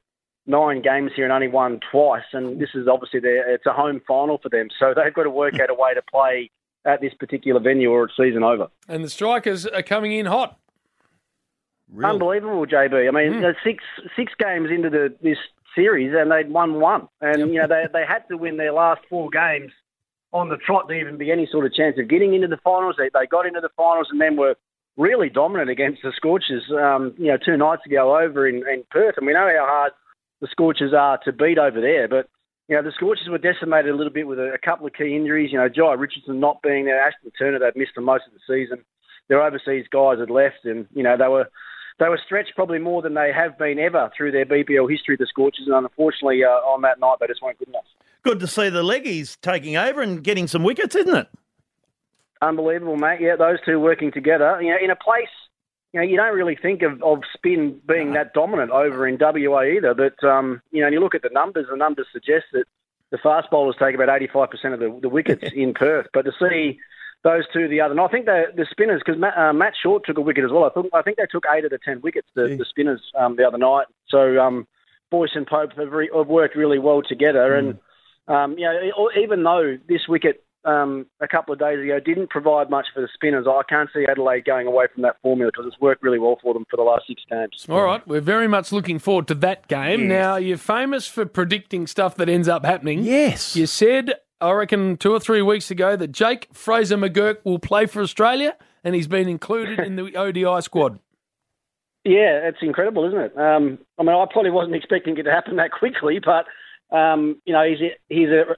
Speaker 1: nine games here and only won twice. And this is obviously their it's a home final for them, so they've got to work out a way to play at this particular venue, or it's season over.
Speaker 6: And the strikers are coming in hot.
Speaker 1: Unbelievable, JB. I mean, they're six six games into the this series, and they'd won one, and you know they they had to win their last four games on the trot to even be any sort of chance of getting into the finals. They they got into the finals, and then were really dominant against the Scorchers. Um, you know, two nights ago over in, in Perth, and we know how hard the Scorchers are to beat over there, but. You know, the Scorchers were decimated a little bit with a, a couple of key injuries. You know, Jai Richardson not being there, Ashton Turner, they've missed for most of the season. Their overseas guys had left, and, you know, they were they were stretched probably more than they have been ever through their BBL history, the Scorchers, and unfortunately uh, on that night they just weren't good enough.
Speaker 9: Good to see the leggies taking over and getting some wickets, isn't it?
Speaker 1: Unbelievable, mate. Yeah, those two working together. You know, in a place, you know, you don't really think of, of spin being that dominant over in WA either. But um, you know, and you look at the numbers. The numbers suggest that the fast bowlers take about eighty five percent of the, the wickets in Perth. But to see those two the other, and I think the the spinners because Matt, uh, Matt Short took a wicket as well. I, thought, I think they took eight of the ten wickets the, the spinners um, the other night. So um, Boyce and Pope have, re- have worked really well together and. Um, you know, e- even though this wicket um, a couple of days ago didn't provide much for the spinners. I can't see Adelaide going away from that formula because it's worked really well for them for the last six games.
Speaker 6: All right, we're very much looking forward to that game.
Speaker 1: Yes.
Speaker 6: Now, you're famous for predicting stuff that ends up happening.
Speaker 9: Yes.
Speaker 6: You said, I reckon, two or three weeks ago, that Jake Fraser McGurk will play for Australia, and he's been included in the ODI squad.
Speaker 1: Yeah, it's incredible, isn't it? Um, I mean, I probably wasn't expecting it to happen that quickly, but um, you know, he's he's a,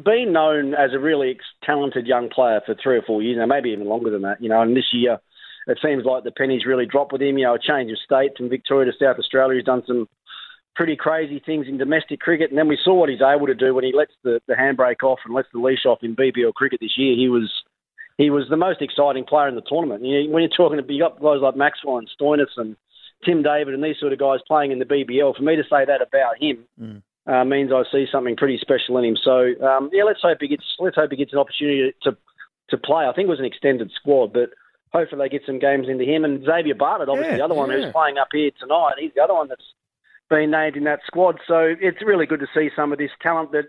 Speaker 1: been known as a really ex- talented young player for three or four years now, maybe even longer than that. You know, and this year it seems like the pennies really dropped with him. You know, a change of state from Victoria to South Australia, he's done some pretty crazy things in domestic cricket, and then we saw what he's able to do when he lets the, the handbrake off and lets the leash off in BBL cricket this year. He was he was the most exciting player in the tournament. You know, when you're talking about you got guys like Maxwell and Stoinis and Tim David and these sort of guys playing in the BBL, for me to say that about him uh, means I see something pretty special in him. So um, yeah, let's hope he gets let's hope he gets an opportunity to to play. I think it was an extended squad, but hopefully they get some games into him. And Xavier Bartlett, obviously
Speaker 12: Yeah,
Speaker 1: the other one
Speaker 12: yeah.
Speaker 1: who's playing up here tonight, he's the other one that's been named in that squad. So it's really good to see some of this talent that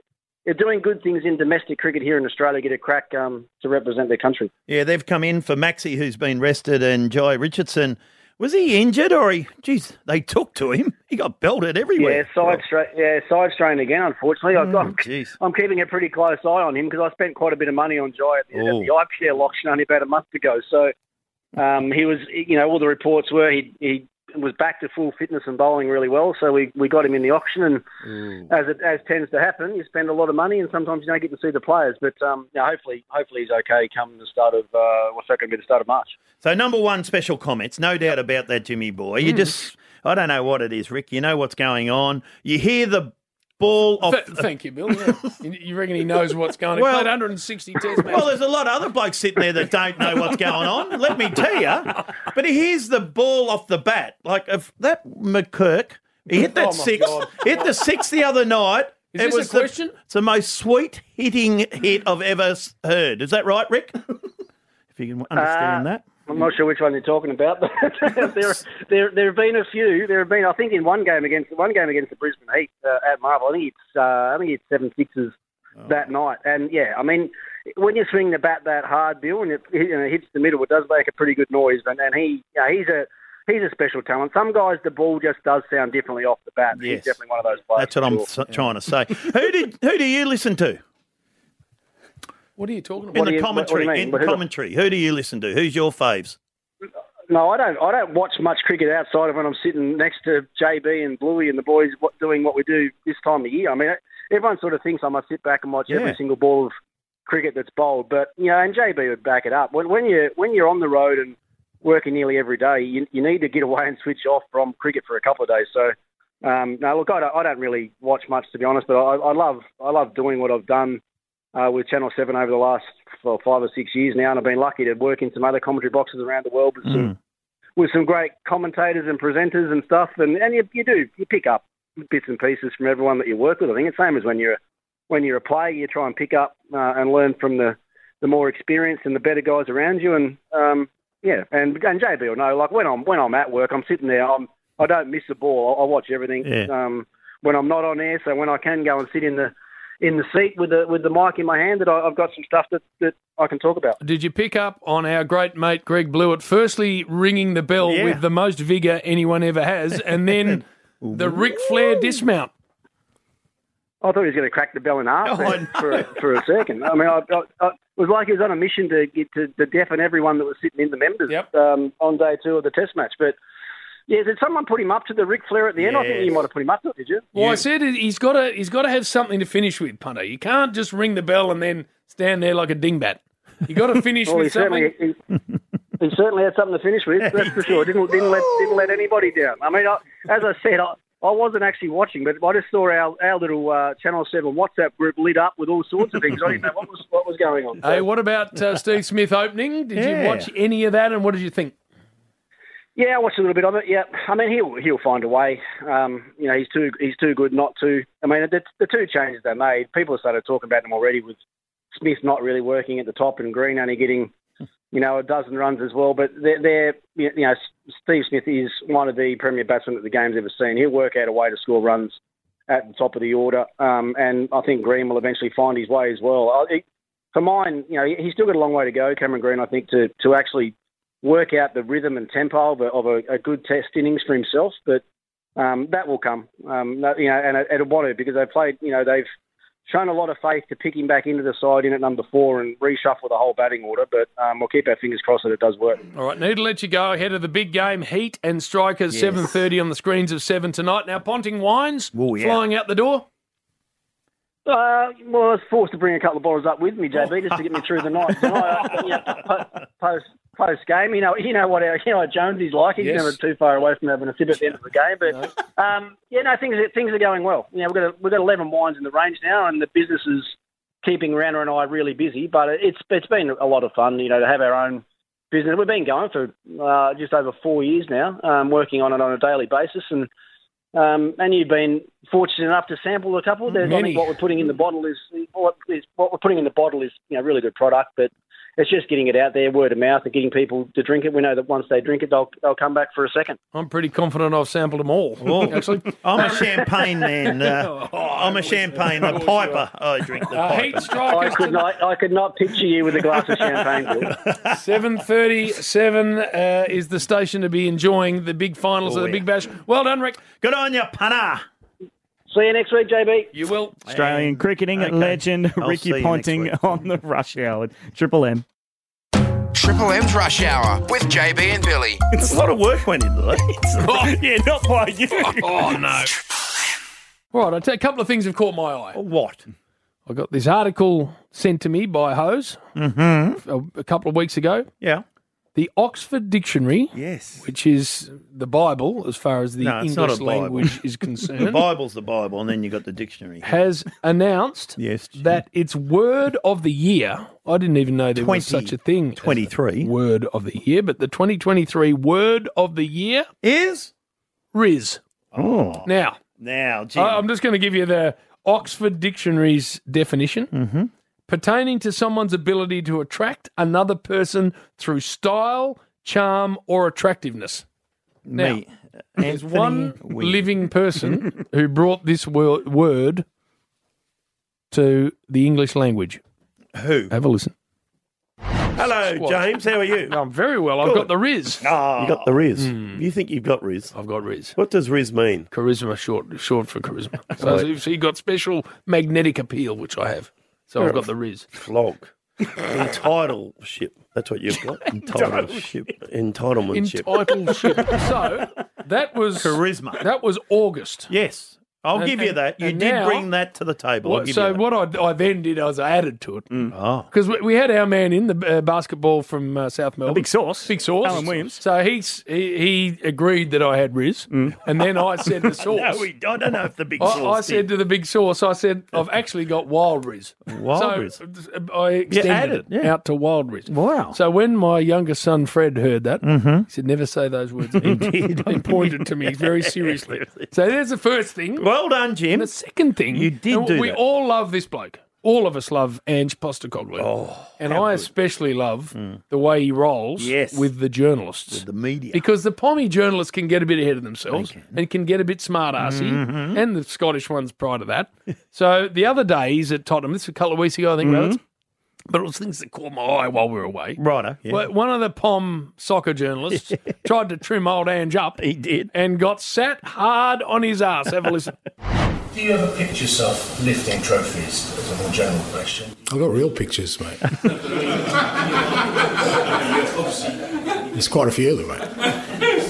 Speaker 1: are doing good things in domestic cricket here in Australia get a crack um, to represent their country.
Speaker 9: Yeah, they've come in for Maxi, who's been rested, and Jai Richardson. Was he injured or he? Geez, they took to him. [LAUGHS] He got belted everywhere. Oh,
Speaker 1: Yeah, side strain. Yeah, side strain again. Unfortunately, I've got.
Speaker 9: Mm, Jeez.
Speaker 1: [LAUGHS] I'm keeping a pretty close eye on him because I spent quite a bit of money on Jai at the,
Speaker 9: Ooh.
Speaker 1: at the IPL auction only about a month ago. So um, he was, you know, all the reports were he he was back to full fitness and bowling really well. So we, we got him in the auction, and as it as tends to happen, you spend a lot of money and sometimes you don't get to see the players. But um, yeah, hopefully hopefully he's okay come the start of uh, what's that going to be the start of March.
Speaker 9: So number one, special comments, no doubt about that, Jimmy boy.
Speaker 1: Hmm.
Speaker 9: You just, I don't know what it is, Rick. You know what's going on. You hear the ball off.
Speaker 6: Th- thank you, Bill. Yeah. you you reckon he knows what's going on?
Speaker 9: Well-
Speaker 6: he played 160 test matches.
Speaker 9: Well, there's a lot of other blokes sitting there that don't know what's going on. Let me tell you. But he hears the ball off the bat. Like if that McKirk, he hit that
Speaker 6: Oh, my
Speaker 9: six,
Speaker 6: God.
Speaker 9: hit the six the other night.
Speaker 6: Is this a
Speaker 9: the-
Speaker 6: question?
Speaker 9: it's the most sweet hitting hit I've ever s- heard. Is that right, Rick? if you can understand
Speaker 1: Uh,
Speaker 9: that.
Speaker 1: I'm not sure which one you're talking about, [LAUGHS] but there, there, there have been a few. There have been, I think, in one game against one game against the Brisbane Heat uh, at Marvel. I think it's, uh, I think it's seven sixes
Speaker 9: Oh.
Speaker 1: that night. And yeah, I mean, when you swing the bat that hard, Bill, and it [LAUGHS] you know, hits the middle, it does make a pretty good noise. And, and he, you know, he's a he's a special talent. Some guys, the ball just does sound differently off the bat.
Speaker 9: Yes.
Speaker 1: He's definitely one of those players.
Speaker 9: That's what I'm s- trying to say. who did who do you listen to
Speaker 6: What are you talking
Speaker 9: in
Speaker 6: about?
Speaker 9: the commentary? in
Speaker 1: Who do-
Speaker 9: commentary, who do you listen to? Who's your faves?
Speaker 1: No, I don't. I don't watch much cricket outside of when I'm sitting next to JB and Bluey and the boys wa- doing what we do this time of year. I mean, everyone sort of thinks I must sit back and watch
Speaker 9: Yeah.
Speaker 1: every single ball of cricket that's bowled, but you know, and JB would back it up. When, when you when you're on the road and working nearly every day, you, you need to get away and switch off from cricket for a couple of days. So, um, no, look, I don't, I don't really watch much to be honest, but I, I love I love doing what I've done uh, with Channel Seven over the last well, five or six years now, and I've been lucky to work in some other commentary boxes around the world with some with some great commentators and presenters and stuff. And and you, you do you pick up bits and pieces from everyone that you work with. I think it's same as when you're when you're a player, you try and pick up uh, and learn from the the more experienced and the better guys around you. And um, yeah, and and JB will know. Like when I'm when I'm at work, I'm sitting there. I'm I don't miss a ball. I, I watch everything.
Speaker 9: Yeah.
Speaker 1: Um, when I'm not on air, so when I can go and sit in the in the seat with the with the mic in my hand, that I, I've got some stuff that, that I can talk about.
Speaker 6: Did you pick up on our great mate Greg Blewett firstly ringing the bell
Speaker 1: Yeah.
Speaker 6: with the most vigour anyone ever has,
Speaker 9: [LAUGHS]
Speaker 6: and then the Ric Flair dismount?
Speaker 1: I thought he was going to crack the bell in half there for, a, for a second. I mean, I, I, I, it was like he was on a mission to get to, to deafen everyone that was sitting in the members um, on day two of the test match. But yeah, did someone put him up to the Ric Flair at the end? I think you
Speaker 6: Yes.
Speaker 1: might have put him up to it, did you?
Speaker 6: Well, I said it- he's got to he's got to have something to finish with, punter. You can't just ring the bell and then stand there like a dingbat. You got to finish
Speaker 1: [LAUGHS] Well, he
Speaker 6: with something.
Speaker 1: certainly, he, he certainly had something to finish with. That's for sure. Didn't didn't let didn't let anybody down. I mean, I, as I said, I, I wasn't actually watching, but I just saw our our little uh, Channel Seven WhatsApp group lit up with all sorts of things. I didn't know what was what was going on.
Speaker 6: Hey, what about uh, Steve Smith opening? Did
Speaker 1: Yeah.
Speaker 6: you watch any of that, and what did you think?
Speaker 1: Yeah, I watched a little bit of it. Yeah, I mean he'll he'll find a way. Um, you know he's too he's too good not to. I mean the, the two changes they made, people have started talking about them already with Smith not really working at the top and Green only getting you know a dozen runs as well. But they're, they're you know Steve Smith is one of the premier batsmen that the game's ever seen. He'll work out a way to score runs at the top of the order, um, and I think Green will eventually find his way as well. I, for mine, you know, he's still got a long way to go, Cameron Green, I think, to, to actually work out the rhythm and tempo of a, of a, a good test innings for himself. But um, that will come, um, that- you know, and it- it'll want to because they played, you know, they've shown a lot of faith to pick him back into the side in at number four and reshuffle the whole batting order. But um, we'll keep our fingers crossed that it does work.
Speaker 6: All right, need to let you go ahead of the big game, Heat and Strikers,
Speaker 1: Yes.
Speaker 6: seven thirty on the screens of seven tonight. Now Ponting Wines
Speaker 1: Oh, yeah.
Speaker 6: flying out the door.
Speaker 1: Uh, well, I was forced to bring a couple of bottles up with me, JB, just to get me through the night. Tonight, uh, you know, po- post post game, you know, you know what, our- you know, what Jonesy's like. He's
Speaker 12: Yes.
Speaker 1: never too far away from having a sip at the end of the game. But um, yeah, no, things are, things are going well. You know, we've got a, we've got eleven wines in the range now, and the business is keeping Rana and I really busy. But it's it's been a lot of fun, you know, to have our own business. We've been going for uh, just over four years now, um, working on it on a daily basis, and um, and you've been fortunate enough to sample a couple. There's, I
Speaker 13: Many.
Speaker 1: think what we're putting in the bottle is what, is what we're putting in the bottle is you know really good product, but it's just getting it out there, word of mouth, and getting people to drink it. We know that once they drink it, they'll they'll come back for a second.
Speaker 6: I'm pretty confident I've sampled them all.
Speaker 9: [LAUGHS] Oh.
Speaker 6: [LAUGHS] Actually,
Speaker 9: I'm a champagne man. uh, I'm a champagne, a piper. I drink the
Speaker 6: Uh,
Speaker 9: piper.
Speaker 6: heat strikers
Speaker 1: I could not I could not picture you with a glass of champagne. Bill.
Speaker 6: Seven thirty-seven uh, is the station to be enjoying the big finals
Speaker 1: Oh,
Speaker 6: of the
Speaker 1: yeah.
Speaker 6: Big Bash. Well done, Rick.
Speaker 9: Good on you, punter.
Speaker 1: See you next week, JB.
Speaker 6: You will.
Speaker 11: Australian cricketing legend
Speaker 6: I'll see you
Speaker 11: Ricky
Speaker 6: next
Speaker 11: Ponting on the rush hour. Triple M.
Speaker 5: Triple M's Rush Hour with JB and Billy.
Speaker 9: It's a lot of work went into that. [LAUGHS]
Speaker 11: yeah, not by [LAUGHS] you.
Speaker 6: Oh no. All right, I tell a couple of things have caught my eye.
Speaker 9: What?
Speaker 6: I got this article sent to me by Hose
Speaker 9: Mm-hmm.
Speaker 6: a, a couple of weeks ago.
Speaker 9: Yeah.
Speaker 6: The Oxford Dictionary,
Speaker 9: yes,
Speaker 6: which is the Bible as far as the
Speaker 9: No, it's not
Speaker 6: English
Speaker 9: a Bible.
Speaker 6: language
Speaker 9: [LAUGHS]
Speaker 6: is
Speaker 9: The
Speaker 6: concerned,
Speaker 9: Bible's the Bible, and then you got the dictionary.
Speaker 6: has announced
Speaker 9: yes,
Speaker 6: that its word of the year. I didn't even know there was
Speaker 9: 20,
Speaker 6: such a thing. Twenty
Speaker 9: three
Speaker 6: word of the year, but the twenty twenty three word of the year
Speaker 9: is
Speaker 6: Riz.
Speaker 9: Oh,
Speaker 6: Now,
Speaker 9: now, Jim.
Speaker 6: I- I'm just going to give you the Oxford Dictionary's definition pertaining to someone's ability to attract another person through style, charm, or attractiveness. Now,
Speaker 9: Me,
Speaker 6: there's
Speaker 9: Anthony
Speaker 6: one
Speaker 9: Weir.
Speaker 6: living person who brought this wo- word to the English language.
Speaker 9: Who?
Speaker 6: Have a listen.
Speaker 9: Hello, James. How are you?
Speaker 6: I'm very well. I've got the Riz.
Speaker 9: You got the Riz. You think you've got Riz?
Speaker 6: I've got Riz.
Speaker 9: What does Riz mean?
Speaker 6: Charisma, short short for charisma. So,
Speaker 9: Right.
Speaker 6: so you've got special magnetic appeal, which I have. So I've got the Riz.
Speaker 9: Flog. Entitlement. That's what you've got. Entitlement. Entitlement.
Speaker 6: Entitledship. so that was
Speaker 9: charisma.
Speaker 6: That was August.
Speaker 9: Yes, I'll
Speaker 6: And-
Speaker 9: give you
Speaker 6: and-
Speaker 9: that. You
Speaker 6: and
Speaker 9: did
Speaker 6: now-
Speaker 9: bring that to the table. I'll
Speaker 6: What,
Speaker 9: give
Speaker 6: so
Speaker 9: you that.
Speaker 6: what I, I then did was I added to it
Speaker 9: Oh.
Speaker 6: because we, we had our man in the uh, basketball from uh, South Melbourne,
Speaker 11: big sauce,
Speaker 6: big sauce,
Speaker 11: Alan Williams.
Speaker 6: So he's, he he agreed that I had Riz, and then I said the sauce.
Speaker 9: No, we, I don't know if the big
Speaker 6: I,
Speaker 9: sauce.
Speaker 6: I
Speaker 9: did.
Speaker 6: said to the big source, I said,
Speaker 9: [LAUGHS]
Speaker 6: I've actually got wild riz.
Speaker 9: Wild
Speaker 6: so uh,
Speaker 9: Riz.
Speaker 6: I extended
Speaker 9: added,
Speaker 6: it
Speaker 9: yeah.
Speaker 6: out to wild riz.
Speaker 9: Wow. Mm-hmm.
Speaker 6: So when my younger son Fred heard that, he said, never say those words. He
Speaker 9: did.
Speaker 6: [LAUGHS] He pointed
Speaker 9: [LAUGHS]
Speaker 6: to me very seriously. so there's the first thing.
Speaker 9: Well done, Jim.
Speaker 6: The second thing.
Speaker 9: You did
Speaker 6: and
Speaker 9: do
Speaker 6: We
Speaker 9: that.
Speaker 6: all love this bloke. All of us love Ange Postacoglu.
Speaker 9: Oh,
Speaker 6: and
Speaker 9: how
Speaker 6: I
Speaker 9: good. Hmm.
Speaker 6: especially love the way he rolls
Speaker 9: Yes.
Speaker 6: with the journalists.
Speaker 9: With the media.
Speaker 6: Because the Pommy journalists can get a bit ahead of themselves and can get a bit smart assy,
Speaker 9: Mhm.
Speaker 6: and the Scottish ones prior
Speaker 9: [LAUGHS]
Speaker 6: to that. so the other day he's at Tottenham, this was a couple of weeks ago, I think,
Speaker 9: Mm-hmm.
Speaker 6: about it, but it was things that caught my eye while we were away.
Speaker 9: Righto. Yeah.
Speaker 6: Well, One of the Pom
Speaker 9: [LAUGHS]
Speaker 6: soccer journalists tried to trim old Ange up. He
Speaker 9: did.
Speaker 6: And got sat hard on his ass. Have a listen.
Speaker 14: Do you ever picture yourself lifting trophies? As a more general question.
Speaker 15: I've got real pictures,
Speaker 14: [LAUGHS]
Speaker 15: mate. There's quite a few of them, mate.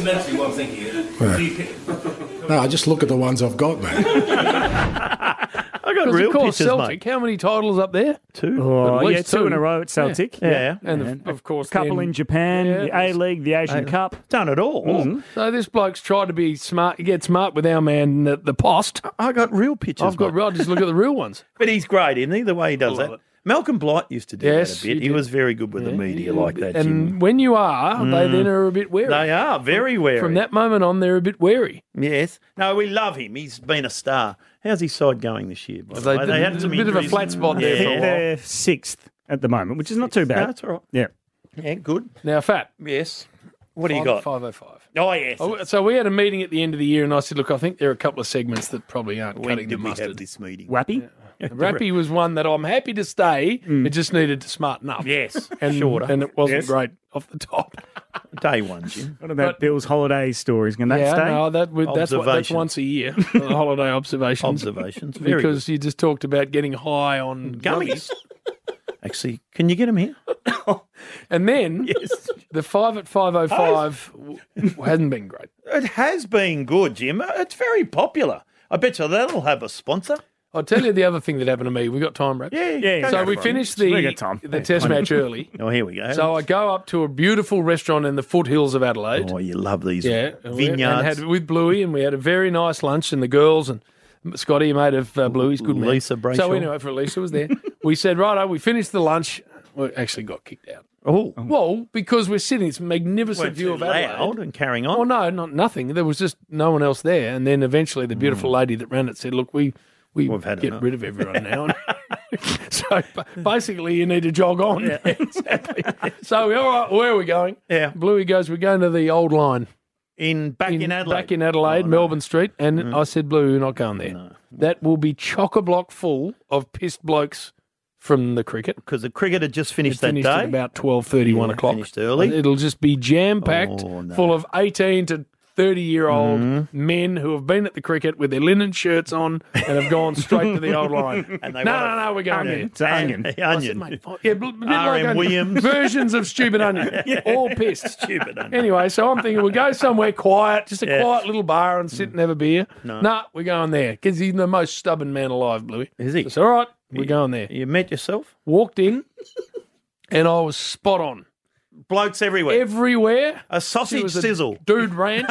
Speaker 14: Mentally, what I'm thinking is,
Speaker 15: Yeah.
Speaker 14: do you pick-
Speaker 15: No, I just look at the ones I've got, mate.
Speaker 9: I got
Speaker 6: 'Cause
Speaker 9: real
Speaker 6: of course,
Speaker 9: pictures,
Speaker 6: Celtic, how many titles up there?
Speaker 9: Two.
Speaker 11: Oh,
Speaker 6: At
Speaker 11: yeah,
Speaker 6: least
Speaker 11: two, in a row at Celtic.
Speaker 6: Yeah. And,
Speaker 11: And
Speaker 6: of course,
Speaker 11: a couple
Speaker 6: then-
Speaker 11: in Japan,
Speaker 6: Yeah.
Speaker 11: the A League, the Asian
Speaker 6: A-
Speaker 11: Cup.
Speaker 9: Done it all.
Speaker 6: So this bloke's tried to be smart, get smart with our man, the, the post.
Speaker 9: I got real pictures.
Speaker 6: I've got. I just look at the real ones.
Speaker 9: But he's great, isn't he? The way he does that. Malcolm Blight used to do that a
Speaker 6: Yes,
Speaker 9: bit.
Speaker 6: you
Speaker 9: He
Speaker 6: did.
Speaker 9: was very good with [LAUGHS] the media like that.
Speaker 6: And
Speaker 9: Jim.
Speaker 6: when you are, they
Speaker 9: Mm.
Speaker 6: then are a bit wary.
Speaker 9: They are very wary.
Speaker 6: From that moment on, they're a bit wary.
Speaker 9: Yes. No, we love him. He's been a star. How's his side going this year? By the
Speaker 6: They
Speaker 9: way?
Speaker 6: did-
Speaker 9: they had
Speaker 6: a
Speaker 9: some
Speaker 6: bit of a
Speaker 9: injuries.
Speaker 6: flat spot
Speaker 9: yeah.
Speaker 6: there for a while.
Speaker 11: They're sixth at the moment, which is not too bad.
Speaker 9: that's all right.
Speaker 11: Yeah.
Speaker 9: Yeah, good.
Speaker 6: Now, Fat.
Speaker 9: Yes. What do you got?
Speaker 6: Five oh five.
Speaker 9: Oh yes.
Speaker 6: Oh, So we had a meeting at the end of the year, and I said, "Look, I think there are a couple of segments that probably aren't
Speaker 9: When
Speaker 6: cutting the
Speaker 9: did we
Speaker 6: mustard."
Speaker 9: have this meeting?
Speaker 11: Wappy.
Speaker 6: Rappy was one that I'm happy to stay.
Speaker 11: Mm.
Speaker 6: It just needed to smarten up.
Speaker 9: Yes,
Speaker 6: [LAUGHS] and,
Speaker 11: shorter.
Speaker 6: And it wasn't
Speaker 11: Yes.
Speaker 6: great off the top.
Speaker 9: Day one, Jim.
Speaker 11: What about Bill's holiday stories? Can
Speaker 6: [LAUGHS]
Speaker 11: that
Speaker 6: yeah,
Speaker 11: stay?
Speaker 6: no, that would, that's, what, that's once
Speaker 9: [LAUGHS]
Speaker 6: a year. [LAUGHS] the holiday observations.
Speaker 9: Observations, very
Speaker 6: because you just talked about getting high on gummies.
Speaker 9: Actually, can you get him here?
Speaker 6: and
Speaker 9: [LAUGHS]
Speaker 6: then the five at five oh five hasn't been great.
Speaker 9: It has been good, Jim. It's very popular. I bet you that'll have a sponsor.
Speaker 6: I'll tell you the other thing that happened to me. We got time wrapped.
Speaker 9: Yeah, yeah, go
Speaker 6: So
Speaker 9: for
Speaker 6: we
Speaker 9: it.
Speaker 6: finished
Speaker 9: It's a
Speaker 6: the
Speaker 9: very good time.
Speaker 6: the
Speaker 9: Hey,
Speaker 6: test
Speaker 9: fine. [LAUGHS]
Speaker 6: match early.
Speaker 9: Oh, here we go.
Speaker 6: So I go up to a beautiful restaurant in the foothills of Adelaide.
Speaker 9: Oh, you love these
Speaker 6: yeah, and we- and
Speaker 9: vineyards.
Speaker 6: had with Bluey, and we had a very nice lunch, and the girls and Scotty, mate of uh, Bluey's good man.
Speaker 9: Lisa Brayshaw.
Speaker 6: So anyway, for Lisa was there. we said, right, we finished the lunch. We actually got kicked out.
Speaker 9: Oh,
Speaker 6: well, because we're sitting, it's a magnificent
Speaker 9: Weren't
Speaker 6: view
Speaker 9: too
Speaker 6: of Adelaide.
Speaker 9: loud and carrying on.
Speaker 6: Oh no, not nothing. There was just no one else there, and then eventually the beautiful lady that ran it said, "Look, we we have had get
Speaker 9: Hmm. enough."
Speaker 6: rid of everyone now." [LAUGHS] so ba- basically, you need to jog on. [LAUGHS] exactly. So we all right. Where are we going?
Speaker 9: Yeah.
Speaker 6: Bluey goes. We're going to the old line
Speaker 9: in back in Adelaide. Oh,
Speaker 6: back in Adelaide, Melbourne Street, and I said, "Bluey, you're not going there. That will be chock a block full of pissed blokes." From the cricket
Speaker 9: because the cricket had just
Speaker 6: finished,
Speaker 9: finished that
Speaker 6: at
Speaker 9: day. [LAUGHS]
Speaker 6: about 12.30, 1 o'clock.
Speaker 9: finished early.
Speaker 6: It'll just be jam-packed,
Speaker 9: Oh, no. Mm-hmm.
Speaker 6: full of 18 to 30-year-old men who have been at the cricket with their linen shirts on and have gone
Speaker 9: [LAUGHS]
Speaker 6: straight to the old line.
Speaker 9: And
Speaker 6: no,
Speaker 9: they
Speaker 6: no,
Speaker 9: wanna-
Speaker 6: no, we're going there.
Speaker 9: It's onion.
Speaker 11: [LAUGHS]
Speaker 9: onion. [LAUGHS]
Speaker 6: [LAUGHS] Yeah, bl- bit
Speaker 9: R.M.
Speaker 6: like onion.
Speaker 9: Williams.
Speaker 6: Versions of
Speaker 9: [LAUGHS]
Speaker 6: Stupid Onion. All pissed. Stupid Onion. Anyway, so I'm thinking we'll go somewhere quiet, just a
Speaker 9: Yeah.
Speaker 6: quiet little bar and sit and have a beer.
Speaker 9: No.
Speaker 6: Nah, we're going there because he's the most stubborn man alive, Bluey.
Speaker 9: Is he?
Speaker 6: So I said, all right, we're going there.
Speaker 9: You met yourself?
Speaker 6: Walked in and I was spot on.
Speaker 9: Blokes everywhere.
Speaker 6: Everywhere.
Speaker 9: a
Speaker 6: She
Speaker 9: sausage
Speaker 6: was a
Speaker 9: sizzle.
Speaker 6: Dude ranch.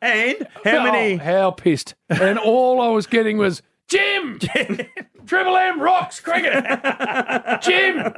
Speaker 9: and how
Speaker 6: Oh,
Speaker 9: many?
Speaker 6: how pissed. And all I was getting was,
Speaker 9: [LAUGHS]
Speaker 6: Jim! Triple M rocks cricket!
Speaker 9: [LAUGHS]
Speaker 6: Jim!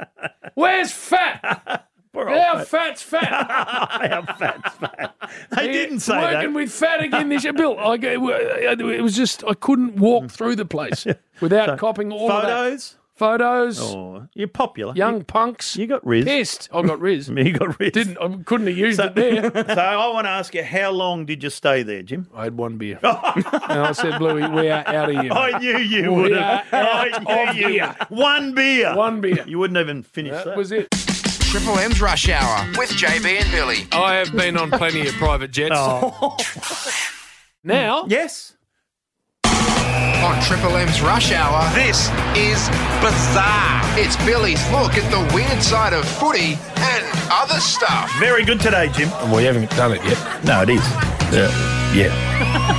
Speaker 6: Where's fat? How
Speaker 9: [LAUGHS]
Speaker 6: fat's fat?
Speaker 9: How fat's fat? They didn't say
Speaker 6: Working
Speaker 9: that.
Speaker 6: with fat again this year. Bill, I, go- it was just, I couldn't
Speaker 9: Mm.
Speaker 6: walk through
Speaker 9: [LAUGHS]
Speaker 6: the place without copping all of that.
Speaker 9: Photos?
Speaker 6: Photos.
Speaker 9: Oh, you're popular.
Speaker 6: Young punks.
Speaker 9: You got Riz.
Speaker 6: Pissed. I got Riz.
Speaker 9: [LAUGHS] You got Riz.
Speaker 6: Didn't, I couldn't have used [LAUGHS] it there.
Speaker 9: [LAUGHS] so I want to ask you, how long did you stay there, Jim?
Speaker 6: I had
Speaker 9: [LAUGHS]
Speaker 6: one beer. and I said, Bluey, we are out of here.
Speaker 9: I
Speaker 6: mate.
Speaker 9: knew you
Speaker 6: We
Speaker 9: would
Speaker 6: are
Speaker 9: have. I
Speaker 6: out
Speaker 9: knew
Speaker 6: of
Speaker 9: you.
Speaker 6: here.
Speaker 9: One beer.
Speaker 6: One beer.
Speaker 9: [LAUGHS] You wouldn't even finish that.
Speaker 6: That was it.
Speaker 5: Triple M's Rush Hour with JB and Billy.
Speaker 6: I have been on plenty of private jets.
Speaker 9: Oh.
Speaker 6: [LAUGHS] Now,
Speaker 9: yes.
Speaker 5: On Triple M's Rush Hour, this is bizarre. It's Billy's look at the weird side of footy and other stuff.
Speaker 9: Very good today, Jim.
Speaker 10: Well, you haven't done it yet.
Speaker 9: No, it is.
Speaker 10: Yeah. Yeah.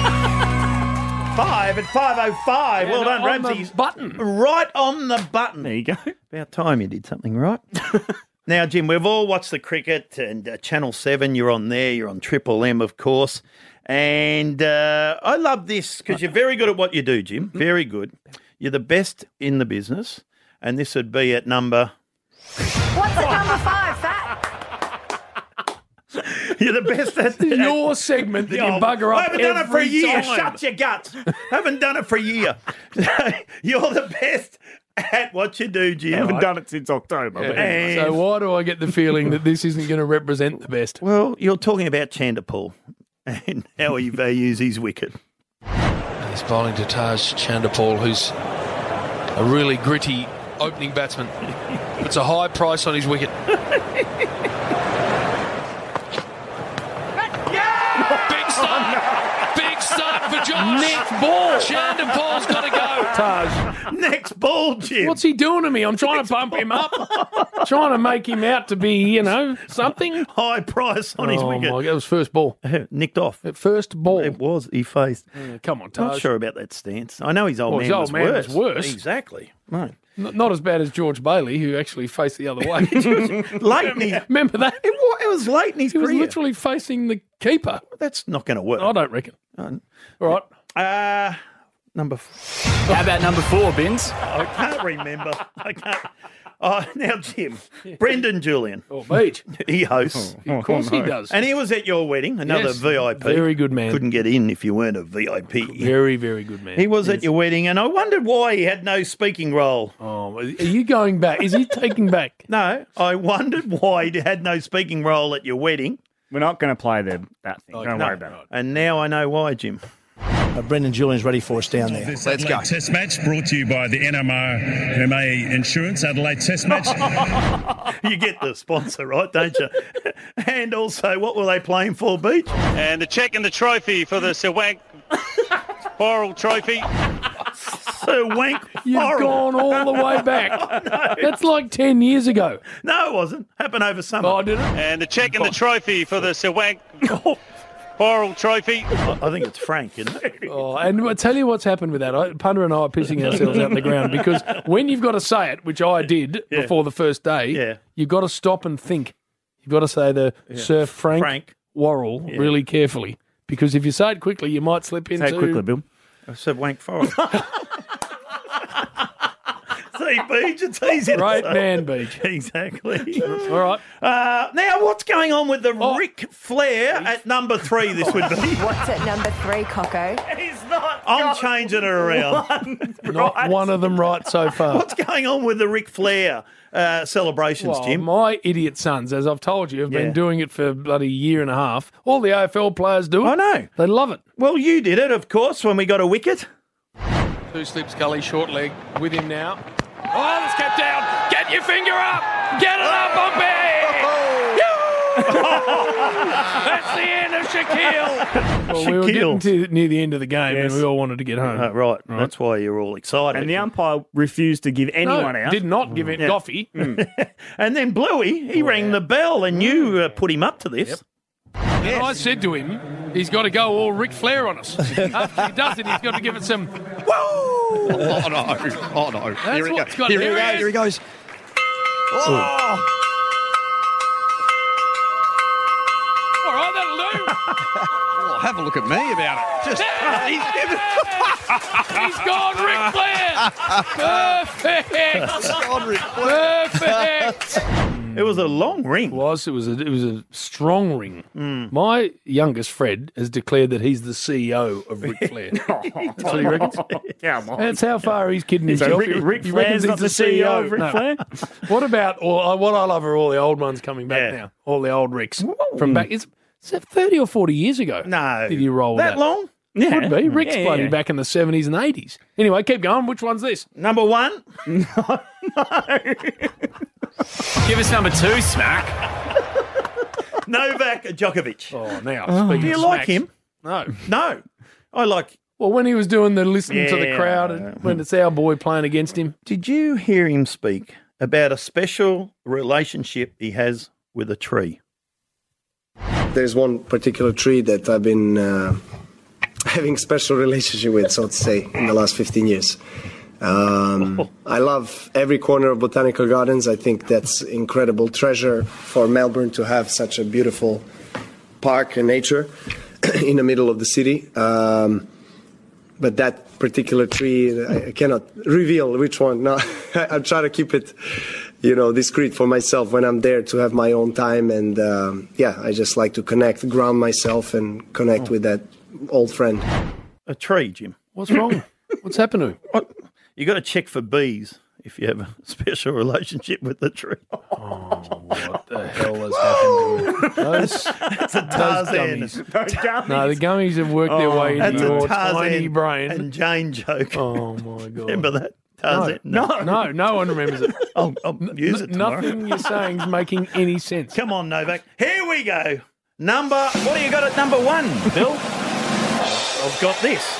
Speaker 9: Five at 5.05. well
Speaker 6: and
Speaker 9: done,
Speaker 6: on the
Speaker 9: Ramsey.
Speaker 6: button.
Speaker 9: Right on the button.
Speaker 11: There you go.
Speaker 9: About time you did something right. [LAUGHS] now, Jim, we've all watched the cricket and uh, Channel 7. You're on there. You're on Triple M, of course. And uh, I love this because you're very good at what you do, Jim. Very good. You're the best in the business. And this would be at number.
Speaker 4: What's at number five, Fat?
Speaker 9: [LAUGHS] You're the best
Speaker 6: [LAUGHS]
Speaker 9: at
Speaker 6: Your segment that you
Speaker 9: Oh,
Speaker 6: bugger
Speaker 9: I
Speaker 6: up
Speaker 9: haven't done it for a
Speaker 6: every
Speaker 9: year.
Speaker 6: time.
Speaker 9: Shut your guts. haven't done it for a year. [LAUGHS] You're the best at what you do, Jim.
Speaker 11: haven't done it since October. but eh, anyway.
Speaker 9: And-
Speaker 6: So why do I get the feeling that this isn't going to represent the best?
Speaker 9: Well, you're talking about Chanderpaul and how he values his
Speaker 6: [LAUGHS]
Speaker 9: wicket.
Speaker 12: He's bowling to Taj Chandrapal, who's a really gritty opening batsman. Puts a high price on his wicket.
Speaker 9: [LAUGHS]
Speaker 12: Big start!
Speaker 9: Oh,
Speaker 12: Big start for Josh!
Speaker 6: Next ball.
Speaker 12: Chandrapal's got to go.
Speaker 6: Taj,
Speaker 9: Next ball, Jim.
Speaker 6: what's he doing to me? I'm trying to bump him up, trying to make him out to be, you know,
Speaker 9: [LAUGHS]
Speaker 6: something.
Speaker 9: high price on his
Speaker 6: Oh my
Speaker 9: wicket?
Speaker 6: god, it was first ball.
Speaker 9: Nicked off.
Speaker 6: First ball.
Speaker 9: It was. He faced.
Speaker 6: Come on,
Speaker 9: Not
Speaker 6: Taj.
Speaker 9: sure about that stance. I know his old
Speaker 6: Well,
Speaker 9: man,
Speaker 6: his old
Speaker 9: was,
Speaker 6: man
Speaker 9: worse.
Speaker 6: was worse.
Speaker 9: Exactly. Right.
Speaker 6: N- Not as bad as George Bailey, who actually faced the
Speaker 9: [LAUGHS]
Speaker 6: other way. [LAUGHS]
Speaker 9: Late in his, [LAUGHS] it,
Speaker 6: Remember that?
Speaker 9: wa- it was late in his
Speaker 6: He was
Speaker 9: career.
Speaker 6: literally facing the keeper.
Speaker 9: That's not going to work.
Speaker 6: I don't reckon. All right.
Speaker 9: Uh, number four.
Speaker 13: How about number four, Bins?
Speaker 9: [LAUGHS] I can't remember. I can't. Oh, [LAUGHS] now,
Speaker 6: [LAUGHS]
Speaker 9: Jim. Brendan Julian.
Speaker 6: Oh, Beach.
Speaker 9: [LAUGHS] He hosts.
Speaker 6: Of course he does.
Speaker 9: Oh, And he was at your wedding, another
Speaker 6: Yes.
Speaker 9: VIP.
Speaker 6: Very good man.
Speaker 9: Couldn't get in if you weren't a VIP.
Speaker 6: Very, very good man.
Speaker 9: He was at your wedding, and I wondered why he had no speaking role.
Speaker 6: Oh, are you going back? Is he taking
Speaker 9: [LAUGHS]
Speaker 6: back?
Speaker 9: No, I wondered why he had no speaking role at your wedding,
Speaker 11: We're not going to play the, that thing. Don't
Speaker 6: no.
Speaker 11: worry about it.
Speaker 9: and now I know why, Jim.
Speaker 16: uh, Brendan Julian's ready for us down there.
Speaker 17: This Let's Adelaide Test match brought to you by the NMRMA Insurance Adelaide Test match.
Speaker 9: [LAUGHS] you get the sponsor, right, don't you? [LAUGHS] and also, what were they playing for, Beach?
Speaker 18: And the check and the trophy for the Sir Wank Oral Trophy.
Speaker 9: Sir Wank
Speaker 6: [LAUGHS] You've
Speaker 9: Oral.
Speaker 6: gone all the way
Speaker 9: [LAUGHS]
Speaker 6: back. That's like 10 years ago.
Speaker 9: No, it wasn't. Happened over summer.
Speaker 6: Oh, did it?
Speaker 18: And the check and the trophy for the Sir
Speaker 9: [LAUGHS]
Speaker 18: Wank Oral Trophy.
Speaker 9: Oh. I think it's Frank, isn't it?
Speaker 6: Oh, and I tell you what's happened with that. I, Punter and I
Speaker 9: [LAUGHS]
Speaker 6: are pissing ourselves out in the ground because when you've got to say it, which I did
Speaker 9: Yeah.
Speaker 6: before the first day,
Speaker 9: Yeah.
Speaker 6: you've got to stop and think. You've got to say the
Speaker 9: Yeah.
Speaker 6: Sir Frank,
Speaker 9: Frank.
Speaker 6: Worrell
Speaker 9: Yeah.
Speaker 6: really carefully because if you say it quickly, you might slip into
Speaker 9: it quickly, Bill. I said wank forward.
Speaker 6: [LAUGHS]
Speaker 9: [LAUGHS] See, Beach, it's easy
Speaker 6: Great
Speaker 9: to say.
Speaker 6: man, Beach.
Speaker 9: [LAUGHS] Exactly.
Speaker 6: All
Speaker 9: [LAUGHS]
Speaker 6: right.
Speaker 9: Uh, now, what's going on with the
Speaker 6: Oh.
Speaker 9: Ric Flair at number three? This would be.
Speaker 19: What's at number three, Coco?
Speaker 9: He's not. [LAUGHS] I'm changing it around.
Speaker 6: Not one of them right so far.
Speaker 9: What's going on with the Ric Flair uh, celebrations,
Speaker 6: Well,
Speaker 9: Jim?
Speaker 6: My idiot sons, as I've told you, have
Speaker 9: Yeah.
Speaker 6: been doing it for bloody year and a half. All the AFL players do it.
Speaker 9: I know.
Speaker 6: They love it.
Speaker 9: Well, you did it, of course, when we got a wicket.
Speaker 6: Two slips, Gully, short leg with him now. Oh, that's kept down. Get your finger up. Get it up, Bumpy. that's the end of Shaquille.
Speaker 5: Oh.
Speaker 6: [LAUGHS] Well, we were getting
Speaker 9: Shaquille.
Speaker 6: to near the end of the game
Speaker 9: Yes.
Speaker 6: and we all wanted to get home.
Speaker 9: Uh, right. That's why you're all excited.
Speaker 11: And the umpire refused to give anyone
Speaker 6: no,
Speaker 11: out.
Speaker 6: Did not give it
Speaker 11: Yeah.
Speaker 6: Goffy.
Speaker 9: Mm. And then Bluey,
Speaker 6: Oh,
Speaker 9: he rang the bell, and
Speaker 6: Mm.
Speaker 9: you uh, put him up to this.
Speaker 6: And I said to him, he's got to go all Ric Flair on
Speaker 9: [LAUGHS]
Speaker 6: us. After he does it, he's got to give it some.
Speaker 5: Oh no! Oh no!
Speaker 6: That's
Speaker 5: he
Speaker 6: what's
Speaker 5: go-
Speaker 6: got-
Speaker 5: Here,
Speaker 6: there
Speaker 5: he
Speaker 6: it
Speaker 5: goes!
Speaker 6: is.
Speaker 5: Here he goes!
Speaker 9: Oh.
Speaker 6: All right, that'll do.
Speaker 5: Oh, have a look at me about it. Just
Speaker 9: [LAUGHS]
Speaker 6: He's gone Ric Flair! Perfect! Perfect! Mm.
Speaker 9: It was a long ring. It
Speaker 6: was. It was a, it was a strong ring. My youngest, Fred, has declared that he's the CEO of Ric Flair. That's what he reckons.
Speaker 9: [LAUGHS]
Speaker 6: That's how far he's kidding
Speaker 11: So
Speaker 6: himself.
Speaker 11: Ric-
Speaker 6: He-
Speaker 11: Ric
Speaker 6: he reckons
Speaker 11: Flair's not
Speaker 6: he's E
Speaker 11: the CEO of Ric
Speaker 6: [LAUGHS]
Speaker 11: Flair?
Speaker 6: What about all, uh, what I love are all the old ones coming back now. All the old Ricks from back. Is, is that 30 or 40 years ago?
Speaker 9: No.
Speaker 6: Did you roll with
Speaker 9: That long?
Speaker 6: Yeah. Could be. Rick's
Speaker 9: Yeah, yeah,
Speaker 6: bloody
Speaker 9: yeah.
Speaker 6: back in the 70s and 80s. Anyway, keep going. Which one's this?
Speaker 9: Number one.
Speaker 10: Give us number two, Smack.
Speaker 9: Novak Djokovic.
Speaker 6: Oh, now.
Speaker 9: Do
Speaker 6: speaking
Speaker 9: you
Speaker 6: of
Speaker 9: like
Speaker 6: smacks.
Speaker 9: him?
Speaker 6: No.
Speaker 9: No. I like.
Speaker 6: Well, when he was doing the listening to the
Speaker 9: Yeah.
Speaker 6: crowd and when it's our boy playing against him.
Speaker 9: Did you hear him speak about a special relationship he has with a tree?
Speaker 7: There's one particular tree that I've been uh, [LAUGHS] having special relationship with, so to say, in the last 15 years.
Speaker 14: [LAUGHS]
Speaker 7: Um, I love every corner of botanical gardens. I think that's incredible treasure for Melbourne to have such a beautiful park and nature [CLEARS THROAT] in the middle of the city. Um, but that particular tree, I I cannot reveal which one. No, [LAUGHS] I'm trying to keep it, you know, discreet for myself when I'm there to have my own time. And um, yeah, I just like to connect, ground myself, and connect with that old friend.
Speaker 9: A tree, Jim.
Speaker 6: What's wrong? What's happened to him?
Speaker 9: You got to check for bees if you have a [LAUGHS] special relationship with the tree.
Speaker 6: What the hell has happened to him? Those,
Speaker 9: That's a
Speaker 6: those
Speaker 9: Tarzan.
Speaker 6: gummies. [LAUGHS] No, the gummies have worked their way
Speaker 9: Oh, That's
Speaker 6: into
Speaker 9: a
Speaker 6: your tiny
Speaker 9: Tarzan
Speaker 6: brain.
Speaker 9: and Jane joke.
Speaker 6: Oh my god!
Speaker 9: Remember that Tarzan?
Speaker 6: No, no, no, one
Speaker 9: [LAUGHS]
Speaker 6: remembers it.
Speaker 9: I'll, I'll use it
Speaker 6: N-
Speaker 9: tomorrow.
Speaker 6: nothing you're saying is making any sense.
Speaker 9: Come on, Novak. Here we go. Number. What do you got at number one, Bill? I've got this.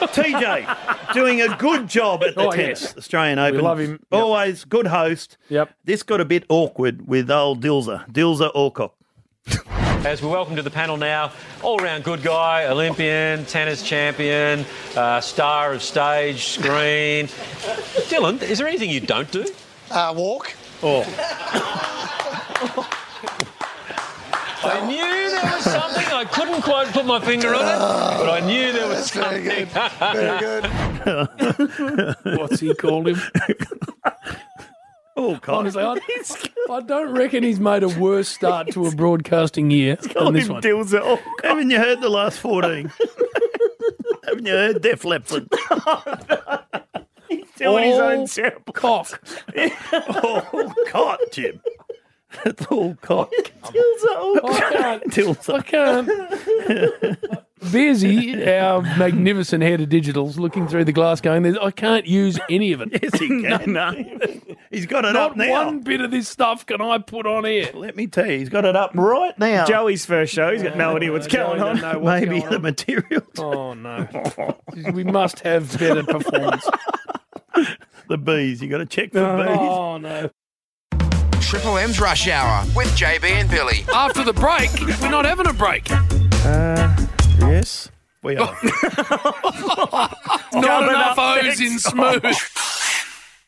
Speaker 9: TJ doing a good job at the
Speaker 6: Oh,
Speaker 9: tennis
Speaker 6: yes.
Speaker 9: Australian Open.
Speaker 6: love him. Yep.
Speaker 9: Always good host.
Speaker 6: Yep.
Speaker 9: This got a bit awkward with old Dilza, Dilza Alcock.
Speaker 20: As we welcome to the panel now, all-round good guy, Olympian, tennis champion, uh, star of stage, screen. Dylan, is there anything you don't do?
Speaker 21: Uh, walk.
Speaker 9: Oh.
Speaker 20: I knew there was something I couldn't quite put my finger on it, but I knew there was something.
Speaker 21: Very good.
Speaker 9: [LAUGHS]
Speaker 6: What's he called him?
Speaker 9: Oh, God.
Speaker 6: Honestly, I, I don't reckon he's made a worse start to a broadcasting year than
Speaker 9: Call
Speaker 6: this
Speaker 9: him
Speaker 6: one.
Speaker 9: Dilza Alcock. Haven't you heard the last 14? Haven't you heard Def Leppard?
Speaker 11: doing his own
Speaker 6: All
Speaker 11: terrible
Speaker 6: cock.
Speaker 9: oh, God, [LAUGHS] Jim. That's all cock. [LAUGHS]
Speaker 11: Dills are all-
Speaker 6: I can't.
Speaker 9: Dilza.
Speaker 6: I can't. Beersy, um, our magnificent head of digitals, looking through the glass going, "There's- I can't use any of it. yes,
Speaker 9: he can.
Speaker 6: no,
Speaker 9: [LAUGHS] He's got it
Speaker 6: [LAUGHS] Not
Speaker 9: up now.
Speaker 6: one bit of this stuff can I put on here.
Speaker 9: Let me tell you, he's got it up right now.
Speaker 11: Joey's first show. He's got no idea what's going on.
Speaker 9: Maybe the material.
Speaker 6: Oh no! we must have better performance.
Speaker 9: the bees. You got to check for bees.
Speaker 6: [LAUGHS] Oh no!
Speaker 5: Triple M's Rush Hour with JB and Billy.
Speaker 6: After the break, we're not having a break.
Speaker 9: Uh, yes, we are.
Speaker 6: Not
Speaker 8: Coming
Speaker 6: enough
Speaker 8: up
Speaker 6: O's in
Speaker 8: next.
Speaker 6: smooth.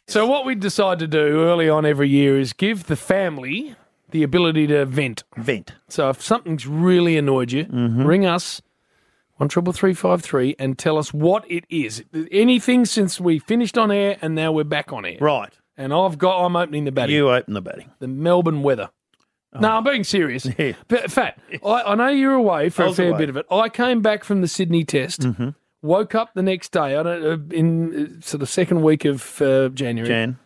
Speaker 6: so what we decide to do early on every year is give the family the ability to vent.
Speaker 9: Vent.
Speaker 6: So if something's really annoyed you,
Speaker 9: Mm-hmm.
Speaker 6: ring us one triple three five three and tell us what it is. Anything since we finished on air and now we're back on air.
Speaker 9: Right.
Speaker 6: And I've got I'm opening the batting.
Speaker 9: you Oh. open the batting.
Speaker 6: The Melbourne weather. No, I'm
Speaker 9: [LAUGHS]
Speaker 6: being serious. But, Fat, I, I know you're away for
Speaker 9: I
Speaker 6: a
Speaker 9: was
Speaker 6: fair
Speaker 9: away. Mm-hmm.
Speaker 6: bit of it. I came back from the Sydney test, woke up the next day, I don't, uh, in uh, so the second week of uh, January.
Speaker 9: Jan.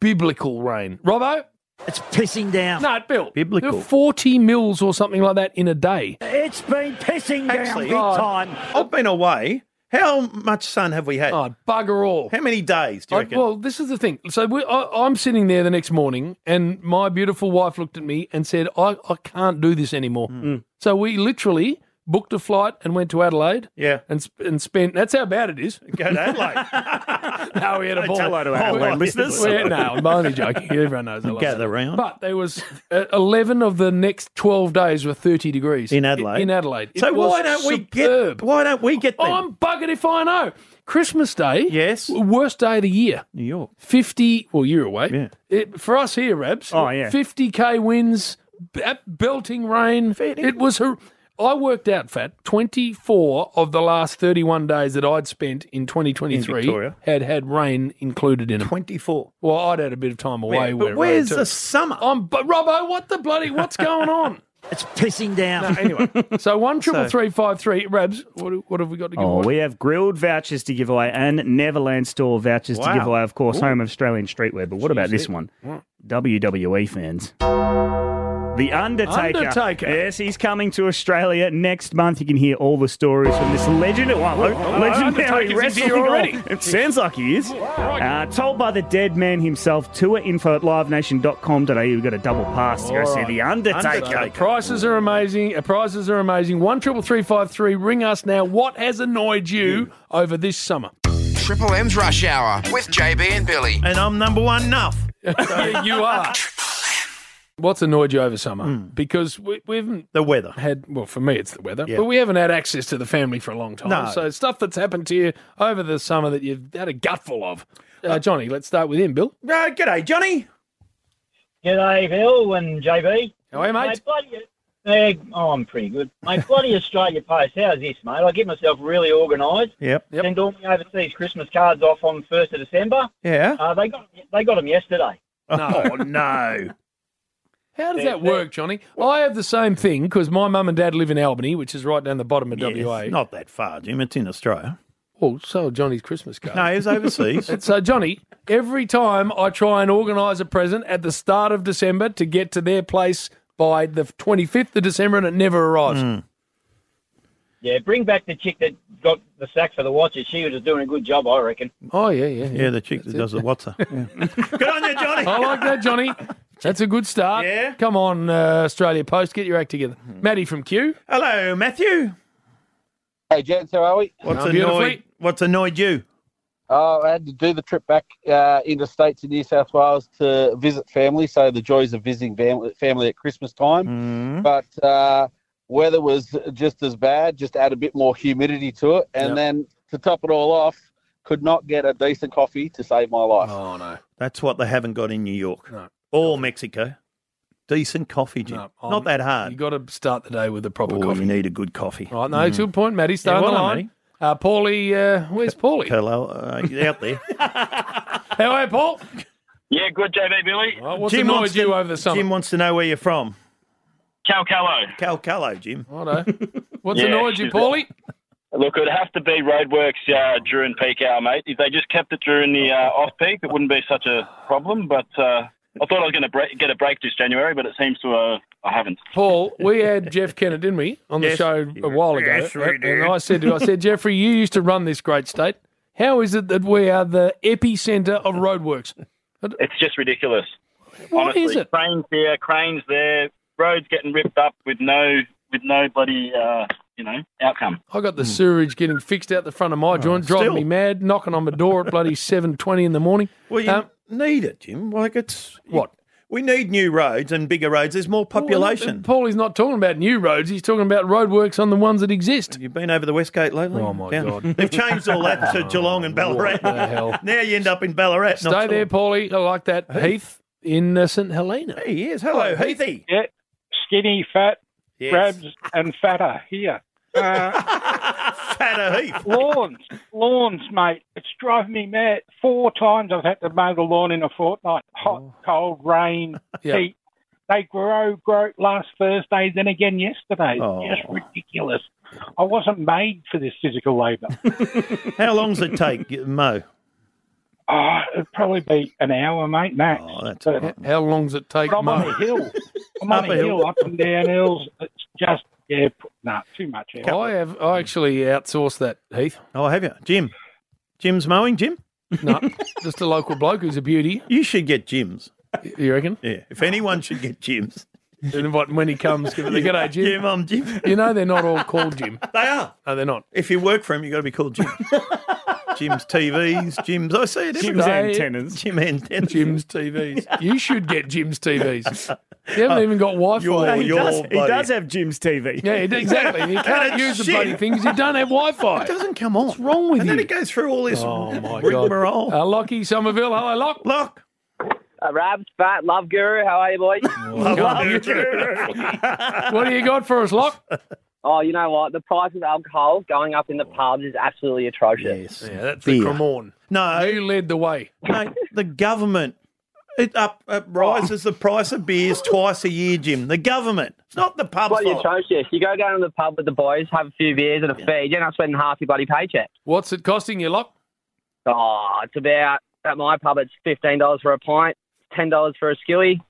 Speaker 6: Biblical rain. Robbo?
Speaker 3: It's pissing down.
Speaker 6: No, it built.
Speaker 9: Biblical.
Speaker 6: There were 40 mils or something like that in a day.
Speaker 3: It's been pissing
Speaker 9: Actually,
Speaker 3: down big
Speaker 6: oh.
Speaker 9: God,
Speaker 3: time.
Speaker 9: I've been away. How much sun have we had?
Speaker 6: Oh, bugger all.
Speaker 9: How many days do you
Speaker 6: I,
Speaker 9: reckon?
Speaker 6: well, this is the thing. So we, I, I'm sitting there the next morning, and my beautiful wife looked at me and said, I, I can't do this anymore.
Speaker 9: Mm.
Speaker 6: So we literally booked a flight and went to Adelaide. [LAUGHS]
Speaker 9: Yeah.
Speaker 6: And, sp- and spent, that's how bad it is.
Speaker 9: Go to Adelaide.
Speaker 6: [LAUGHS] no, we had a
Speaker 9: Don't
Speaker 6: ball.
Speaker 9: tell hello to our
Speaker 6: We-
Speaker 9: Adelaide listeners.
Speaker 6: we had- no, I'm only joking. Everyone knows I love
Speaker 9: Gather
Speaker 6: it.
Speaker 9: round.
Speaker 6: But there was uh, 11 of the next 12 days were 30 degrees.
Speaker 9: In Adelaide?
Speaker 6: In Adelaide. It
Speaker 9: So
Speaker 6: was
Speaker 9: why don't we
Speaker 6: superb.
Speaker 9: get? Why don't we get them?
Speaker 6: I'm buggered if I know. Christmas Day.
Speaker 9: Yes.
Speaker 6: w- Worst day of the year.
Speaker 9: New York.
Speaker 6: 50, well, you're away. Yeah. It, for us here, Rabs.
Speaker 11: Oh, yeah.
Speaker 6: 50K winds, b- belting rain. It was. Her- I worked out, Fat, 24 of the last 31 days that I'd spent in 2023
Speaker 9: Victoria.
Speaker 6: had had rain included in them.
Speaker 9: 24.
Speaker 6: Well, I'd had a bit of time away.
Speaker 9: but
Speaker 6: where it
Speaker 9: where's
Speaker 6: rained too.
Speaker 9: the summer? [LAUGHS]
Speaker 6: I'm, but Robbo, what the bloody, what's going on?
Speaker 3: It's pissing down.
Speaker 6: anyway, so one triple three five three. Rabs, what, do- what have we got to give
Speaker 11: Oh,
Speaker 6: away?
Speaker 11: we have grilled vouchers to give away and Neverland store vouchers
Speaker 6: Wow.
Speaker 11: to give away, of course,
Speaker 6: Ooh.
Speaker 11: home of Australian streetwear. But what about this one? WWE fans. The Undertaker.
Speaker 6: Undertaker.
Speaker 11: Yes, he's coming to Australia next month. You can hear all the stories from this legendary, well,
Speaker 6: oh, Undertaker's
Speaker 11: legendary
Speaker 6: in
Speaker 11: wrestling.
Speaker 6: here already.
Speaker 11: [LAUGHS] It sounds like he is. Uh, told by the dead man himself. Tour info at livenation.com.au. We've got a double pass to go see
Speaker 6: All right.
Speaker 11: The Undertaker.
Speaker 6: So prices are amazing. Uh, Prices are amazing. One triple three five three. Ring us now. What has annoyed you over this summer?
Speaker 5: Triple M's Rush Hour with JB and Billy.
Speaker 9: And I'm number one nuff.
Speaker 6: you are. What's annoyed you over summer?
Speaker 9: Hmm.
Speaker 6: Because we, we haven't
Speaker 9: the weather
Speaker 6: [LAUGHS] had. Well, for me, it's the weather.
Speaker 9: Yeah.
Speaker 6: But we haven't had access to the family for a long time.
Speaker 9: No.
Speaker 6: So stuff that's happened to you over the summer that you've had a gutful of. Uh, Johnny, let's start with him. Bill,
Speaker 9: Uh, g'day, Johnny.
Speaker 22: G'day, Bill and JB.
Speaker 6: How are you, mate?
Speaker 22: bloody, eh, oh, I'm pretty good. Mate, bloody Australia Post. How's this, mate? I get myself really organised.
Speaker 9: Yep.
Speaker 22: Send all my overseas Christmas cards off on first of December.
Speaker 9: Yeah.
Speaker 22: Uh, they got they got them yesterday.
Speaker 6: Uh, No.
Speaker 9: [LAUGHS] Oh
Speaker 6: [LAUGHS]
Speaker 9: no.
Speaker 6: how does that work, Johnny? I have the same thing because my mum and dad live in Albany, which is right down the bottom of
Speaker 9: Yeah,
Speaker 6: WA.
Speaker 9: it's not that far, Jim. It's in Australia.
Speaker 6: Well, so are Johnny's Christmas card.
Speaker 9: No, it's
Speaker 6: [LAUGHS]
Speaker 9: overseas.
Speaker 6: And so, Johnny, every time I try and organise a present at the start of December to get to their place by the 25th of December, and it never arrives.
Speaker 9: Hmm.
Speaker 22: Yeah, bring back the chick that got the sack for the watches. She was doing a good job, I reckon.
Speaker 6: Oh, yeah, yeah.
Speaker 9: Yeah, the chick that does the
Speaker 6: [LAUGHS]
Speaker 9: what's
Speaker 6: Good
Speaker 9: on you, Johnny.
Speaker 6: [LAUGHS] I like that, Johnny. That's a good start. Yeah. Come on, uh, Australia Post, get your act together.
Speaker 9: Hmm.
Speaker 6: Maddie from Q.
Speaker 9: Hello, Matthew.
Speaker 16: Hey, gents, how are we?
Speaker 9: What's
Speaker 6: Oh,
Speaker 9: annoyed?
Speaker 6: beautifully.
Speaker 9: What's annoyed you?
Speaker 16: Oh, I had to do the trip back uh, into states in New South Wales to visit family. So the joys of visiting fam- family at Christmas time. But uh, weather was just as bad. Just add a bit more humidity to it, and
Speaker 9: Yep.
Speaker 16: then to top it all off, could not get a decent coffee to save my life.
Speaker 6: Oh no,
Speaker 9: That's what they haven't got in New York
Speaker 6: No.
Speaker 9: or Mexico. Decent coffee, Jim. Not that hard.
Speaker 6: you got to start the day with a proper
Speaker 9: Oh,
Speaker 6: coffee.
Speaker 9: you need a good coffee.
Speaker 6: Right, no, good point, Maddie. Stay
Speaker 9: Hmm. Yeah,
Speaker 6: on
Speaker 9: well
Speaker 6: the
Speaker 9: done,
Speaker 6: line. Uh, Paulie, uh, where's Paulie?
Speaker 9: Hello,
Speaker 6: [LAUGHS]
Speaker 9: uh, out there.
Speaker 6: How are you, Paul?
Speaker 23: Yeah, good, JB Billy.
Speaker 6: Right, what's annoyed
Speaker 9: wants
Speaker 6: you
Speaker 9: to,
Speaker 6: over the summer?
Speaker 9: Jim wants to know where you're from.
Speaker 23: Calcalo.
Speaker 9: Calcalo, Jim.
Speaker 6: Righto. What's
Speaker 23: Yeah,
Speaker 6: annoyed you,
Speaker 23: she's-
Speaker 6: Paulie?
Speaker 23: Look, it'd have to be roadworks uh, during peak hour, mate. If they just kept it during the uh, off peak, it wouldn't be such a problem. But uh, I thought I was going to bre- get a break this January, but it seems to have I haven't.
Speaker 6: Paul, we had Jeff Kenner, didn't we, on the
Speaker 23: Yes.
Speaker 6: show a while ago?
Speaker 23: Yes, we did.
Speaker 6: And I said, to him, I said, Jeffrey, you used to run this great state. How is it that we are the epicenter of roadworks?
Speaker 23: It's just ridiculous.
Speaker 6: What is
Speaker 23: Honestly,
Speaker 6: it?
Speaker 23: cranes here, cranes there, roads getting ripped up with no with no bloody uh, you know outcome.
Speaker 6: I got the sewerage getting fixed out the front of my joint, driving
Speaker 23: still.
Speaker 6: me mad, knocking on my door
Speaker 23: [LAUGHS]
Speaker 6: at bloody seven twenty in the morning.
Speaker 9: Well, you
Speaker 6: Um,
Speaker 9: need it, Jim. Like it's
Speaker 6: what
Speaker 9: we need new roads and bigger roads. There's more population.
Speaker 6: Paul is not talking about new roads; he's talking about roadworks on the ones that exist.
Speaker 9: You've been over the Westgate lately?
Speaker 6: Oh my
Speaker 9: Down-
Speaker 6: god!
Speaker 9: They've changed all that
Speaker 6: [LAUGHS]
Speaker 9: to Geelong and Ballarat.
Speaker 23: [LAUGHS]
Speaker 9: Now you end up in Ballarat.
Speaker 6: Stay there, Paulie. I like that. Heath, in uh, St Helena.
Speaker 9: He is.
Speaker 6: Oh,
Speaker 9: Hello,
Speaker 6: [LAUGHS]
Speaker 9: Heathy.
Speaker 1: Yeah, skinny, fat,
Speaker 9: Yes. [LAUGHS]
Speaker 1: grabs, and fatter here. Uh,
Speaker 9: fatter heap.
Speaker 1: Lawns, lawns, mate. It's driving me mad. Four times I've had to mow the lawn in a fortnight. Hot, cold, rain,
Speaker 8: Yeah.
Speaker 1: heat. They grow, grow last Thursday, then again yesterday.
Speaker 9: Oh.
Speaker 1: Just ridiculous. I wasn't made for this physical labour.
Speaker 9: How long's it take, Mo?
Speaker 1: Oh, it'd probably be an hour, mate, max.
Speaker 9: Oh,
Speaker 1: But-
Speaker 6: How long does it take?
Speaker 1: But I'm on
Speaker 6: Mo?
Speaker 1: a hill. I'm on
Speaker 6: Up
Speaker 1: a
Speaker 6: a
Speaker 1: hill.
Speaker 6: hill.
Speaker 1: up and down hills. It's just, yeah, p- nah, too much. effort.
Speaker 6: I have. I actually outsourced that, Heath.
Speaker 9: Oh, have you, Jim? Jim's mowing, Jim?
Speaker 6: No, just a local bloke who's a beauty.
Speaker 9: You should get Jim's.
Speaker 6: You reckon?
Speaker 9: Yeah. If anyone should get
Speaker 6: [LAUGHS]
Speaker 9: Jim's.
Speaker 6: And what, when he comes, give it the
Speaker 9: Yeah.
Speaker 6: g'day, Jim.
Speaker 9: Yeah, Mum, Jim.
Speaker 6: You know they're not all called Jim.
Speaker 9: They are.
Speaker 6: No, they're not.
Speaker 9: If you work for him, you've got to be called
Speaker 6: [LAUGHS]
Speaker 9: Jim. Jim's TVs, Jim's. I see it. every
Speaker 6: Jim's
Speaker 9: day.
Speaker 6: antennas.
Speaker 9: Jim antennas.
Speaker 6: Jim's TVs. You should get Jim's TVs. You haven't even got Wi-Fi.
Speaker 11: No, he, does, he does have Jim's TV.
Speaker 6: Yeah, he- exactly. You can't
Speaker 11: it's
Speaker 6: use the
Speaker 11: shit.
Speaker 6: bloody things. You don't have Wi-Fi. It
Speaker 9: doesn't come on. What's
Speaker 6: wrong with
Speaker 9: and
Speaker 6: you?
Speaker 9: then it goes through all this
Speaker 6: oh my god!
Speaker 9: rigmarole.
Speaker 6: Uh, Lockie Somerville. Hello, Lock.
Speaker 9: Lock.
Speaker 2: Uh, Rabs, Fat, Love Guru, how are you, boys?
Speaker 6: what do you got for us, Lock?
Speaker 2: Oh, you know what? The price of alcohol going up in the pubs is absolutely atrocious.
Speaker 6: Yeah, that's
Speaker 9: Beer.
Speaker 6: the Cremorne.
Speaker 9: No,
Speaker 6: you led the way.
Speaker 9: No, the government it up, up rises the price of beers twice a year, Jim. The government, it's not the pub.
Speaker 2: Bloody
Speaker 9: fault.
Speaker 2: atrocious. You go down to the pub with the boys, have a few beers and a feed, you're not spending half your bloody paycheck.
Speaker 6: What's it costing you, Lock?
Speaker 2: Oh, it's about, at my pub, it's $15 for a pint, $10 for a skilly.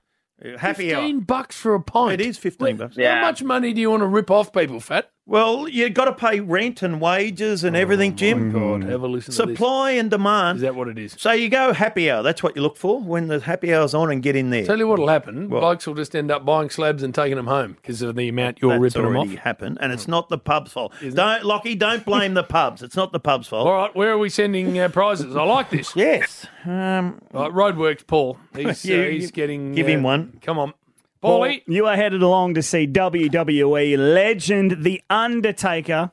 Speaker 9: Happy hour.
Speaker 6: Fifteen bucks for a pint.
Speaker 9: It is fifteen bucks.
Speaker 6: How much money do you want to rip off people, Fat?
Speaker 9: Well, you got to pay rent and wages and everything, Jim.
Speaker 6: Oh God, have a listen to this.
Speaker 9: Supply and demand. Is
Speaker 6: that what it is?
Speaker 9: So you go happy hour. That's what you look for when the happy hour's on and get in there.
Speaker 6: Tell you what'll happen. Blokes will just end up buying slabs and taking them home because of the amount you're
Speaker 9: That's
Speaker 6: ripping them off.
Speaker 9: already happened, and
Speaker 6: Hmm.
Speaker 9: it's not the pub's fault. don't, Lockie, don't blame the pubs. It's not the pub's fault.
Speaker 6: All right, where are we sending uh, prizes? I
Speaker 9: [LAUGHS]
Speaker 6: like this.
Speaker 9: Yes. Um,
Speaker 6: All right, roadworks, Paul.
Speaker 9: [LAUGHS]
Speaker 6: He's,
Speaker 11: You-
Speaker 6: uh, he's
Speaker 11: you-
Speaker 6: getting.
Speaker 11: give him
Speaker 6: uh,
Speaker 11: one.
Speaker 6: Come on,
Speaker 11: Well,
Speaker 6: Paulie.
Speaker 11: you are headed along to see WWE legend The Undertaker.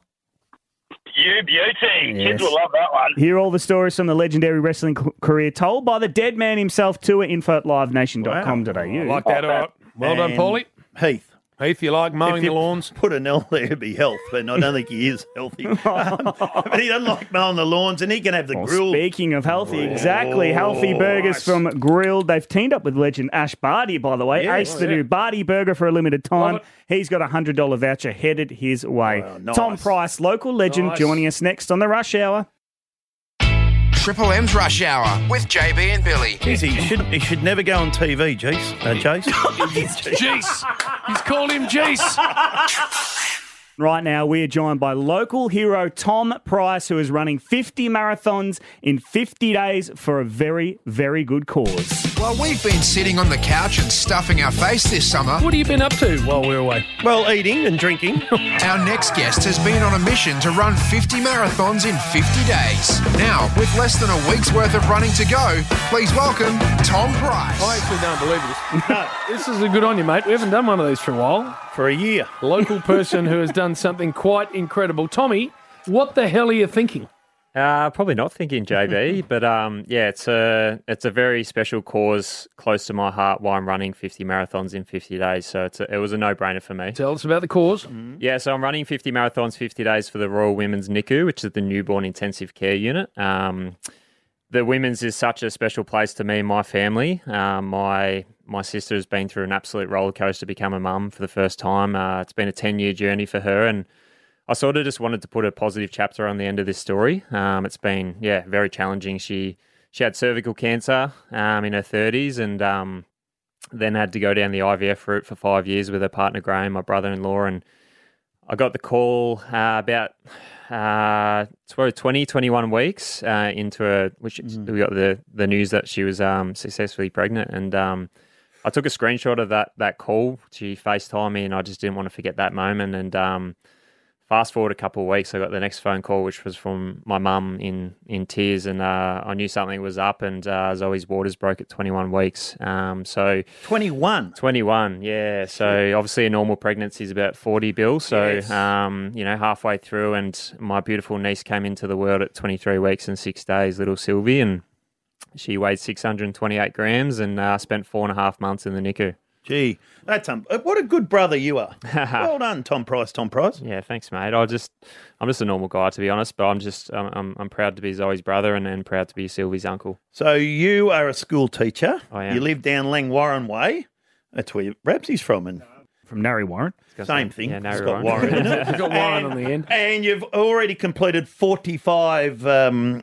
Speaker 23: You beauty,
Speaker 11: Yes.
Speaker 23: kids will love that one.
Speaker 11: Hear all the stories from the legendary wrestling c- career told by the dead man himself to info at livenation.com.au.
Speaker 6: I like that. All right. Well done,
Speaker 9: And
Speaker 6: Paulie.
Speaker 9: Heath.
Speaker 6: Heath, you like mowing
Speaker 9: If you
Speaker 6: the lawns?
Speaker 9: Put an L there, it'd be health, but I don't think he is
Speaker 6: [LAUGHS]
Speaker 9: healthy. Um, but he doesn't like mowing the lawns, and he can have
Speaker 6: Oh,
Speaker 9: the grill.
Speaker 11: Speaking of healthy, exactly. Healthy burgers from Grilled. They've teamed up with legend Ash Barty, by the way.
Speaker 9: Yeah,
Speaker 11: Ace
Speaker 9: oh,
Speaker 11: the
Speaker 9: yeah.
Speaker 11: new Barty burger for a limited time. He's got a $100 voucher headed his way. Tom Price, local legend,
Speaker 5: Nice.
Speaker 11: joining us next on The Rush Hour.
Speaker 5: Triple M's Rush Hour with JB and Billy.
Speaker 9: Jeez, he should he should never go on TV, Jace. Uh, Jace.
Speaker 6: Jeez. [LAUGHS] He's called him Jeez.
Speaker 11: Right now, we are joined by local hero Tom Price, who is running 50 marathons in 50 days for a very, very good cause.
Speaker 5: While we've been sitting on the couch and stuffing our face this summer,
Speaker 6: what have you been up to while we're away?
Speaker 9: [LAUGHS] Well, eating and drinking.
Speaker 5: our next guest has been on a mission to run 50 marathons in 50 days. Now, with less than a week's worth of running to go, please welcome Tom Price.
Speaker 6: I actually don't believe this. this is a good on you, mate. We haven't done one of these for a while.
Speaker 9: For a
Speaker 6: [LAUGHS]
Speaker 9: year.
Speaker 6: Local person who has done something quite incredible. Tommy, what the hell are you thinking?
Speaker 7: Uh, probably not thinking
Speaker 1: [LAUGHS]
Speaker 7: JB, but um, yeah, it's a it's a very special cause close to my heart. Why I'm running 50 marathons in 50 days, so it's a, it was a no brainer for me.
Speaker 6: Tell us about the
Speaker 7: [LAUGHS]
Speaker 6: cause.
Speaker 7: Yeah, so I'm running 50 marathons, 50 days for the Royal Women's NICU, which is the newborn intensive care unit. Um, the women's is such a special place to me and my family. Um, my my sister has been through an absolute roller coaster to become a mum for the first time. Uh, it's been a 10 year journey for her, and I sort of just wanted to put a positive chapter on the end of this story. Um, it's been yeah very challenging. She she had cervical cancer um, in her 30s, and um, Then had to go down the IVF route for five years with her partner Graham, my brother-in-law, and I got the call uh, about uh, 12, 20, 21 weeks uh, into a which we got the the news that she was um, successfully pregnant, and um, I took a screenshot of that that call. She FaceTimed me, and I just didn't want to forget that moment. And um, fast forward a couple of weeks, I got the next phone call, which was from my mum in in tears, and uh, I knew something was up. And uh, Zoe's waters broke at 21 weeks. Um, so
Speaker 9: 21,
Speaker 7: 21, yeah. So obviously a normal pregnancy is about 40 bill. So
Speaker 9: Yes.
Speaker 7: um, you know halfway through, and my beautiful niece came into the world at 23 weeks and six days, little Sylvie, and she weighed 628 grams and uh, spent four and a half months in the NICU.
Speaker 9: Gee, that's um, what a good brother you
Speaker 7: [LAUGHS]
Speaker 9: are. well done, Tom Price. Tom Price.
Speaker 7: Yeah, thanks, mate. I just, I'm just a normal guy to be honest, but I'm just, I'm, I'm, I'm proud to be Zoe's brother and, and proud to be Sylvie's uncle.
Speaker 9: So you are a school teacher.
Speaker 7: I am.
Speaker 9: You live down Langwarren Way. That's where Ramsey's from, and
Speaker 11: from Narry Warren.
Speaker 9: Same thing.
Speaker 7: Yeah,
Speaker 9: it's
Speaker 7: Narry
Speaker 9: got
Speaker 7: Warren.
Speaker 9: Warren in it.
Speaker 7: [LAUGHS] It's got Warren
Speaker 9: And-
Speaker 7: on the end.
Speaker 9: And you've already completed forty-five. Um,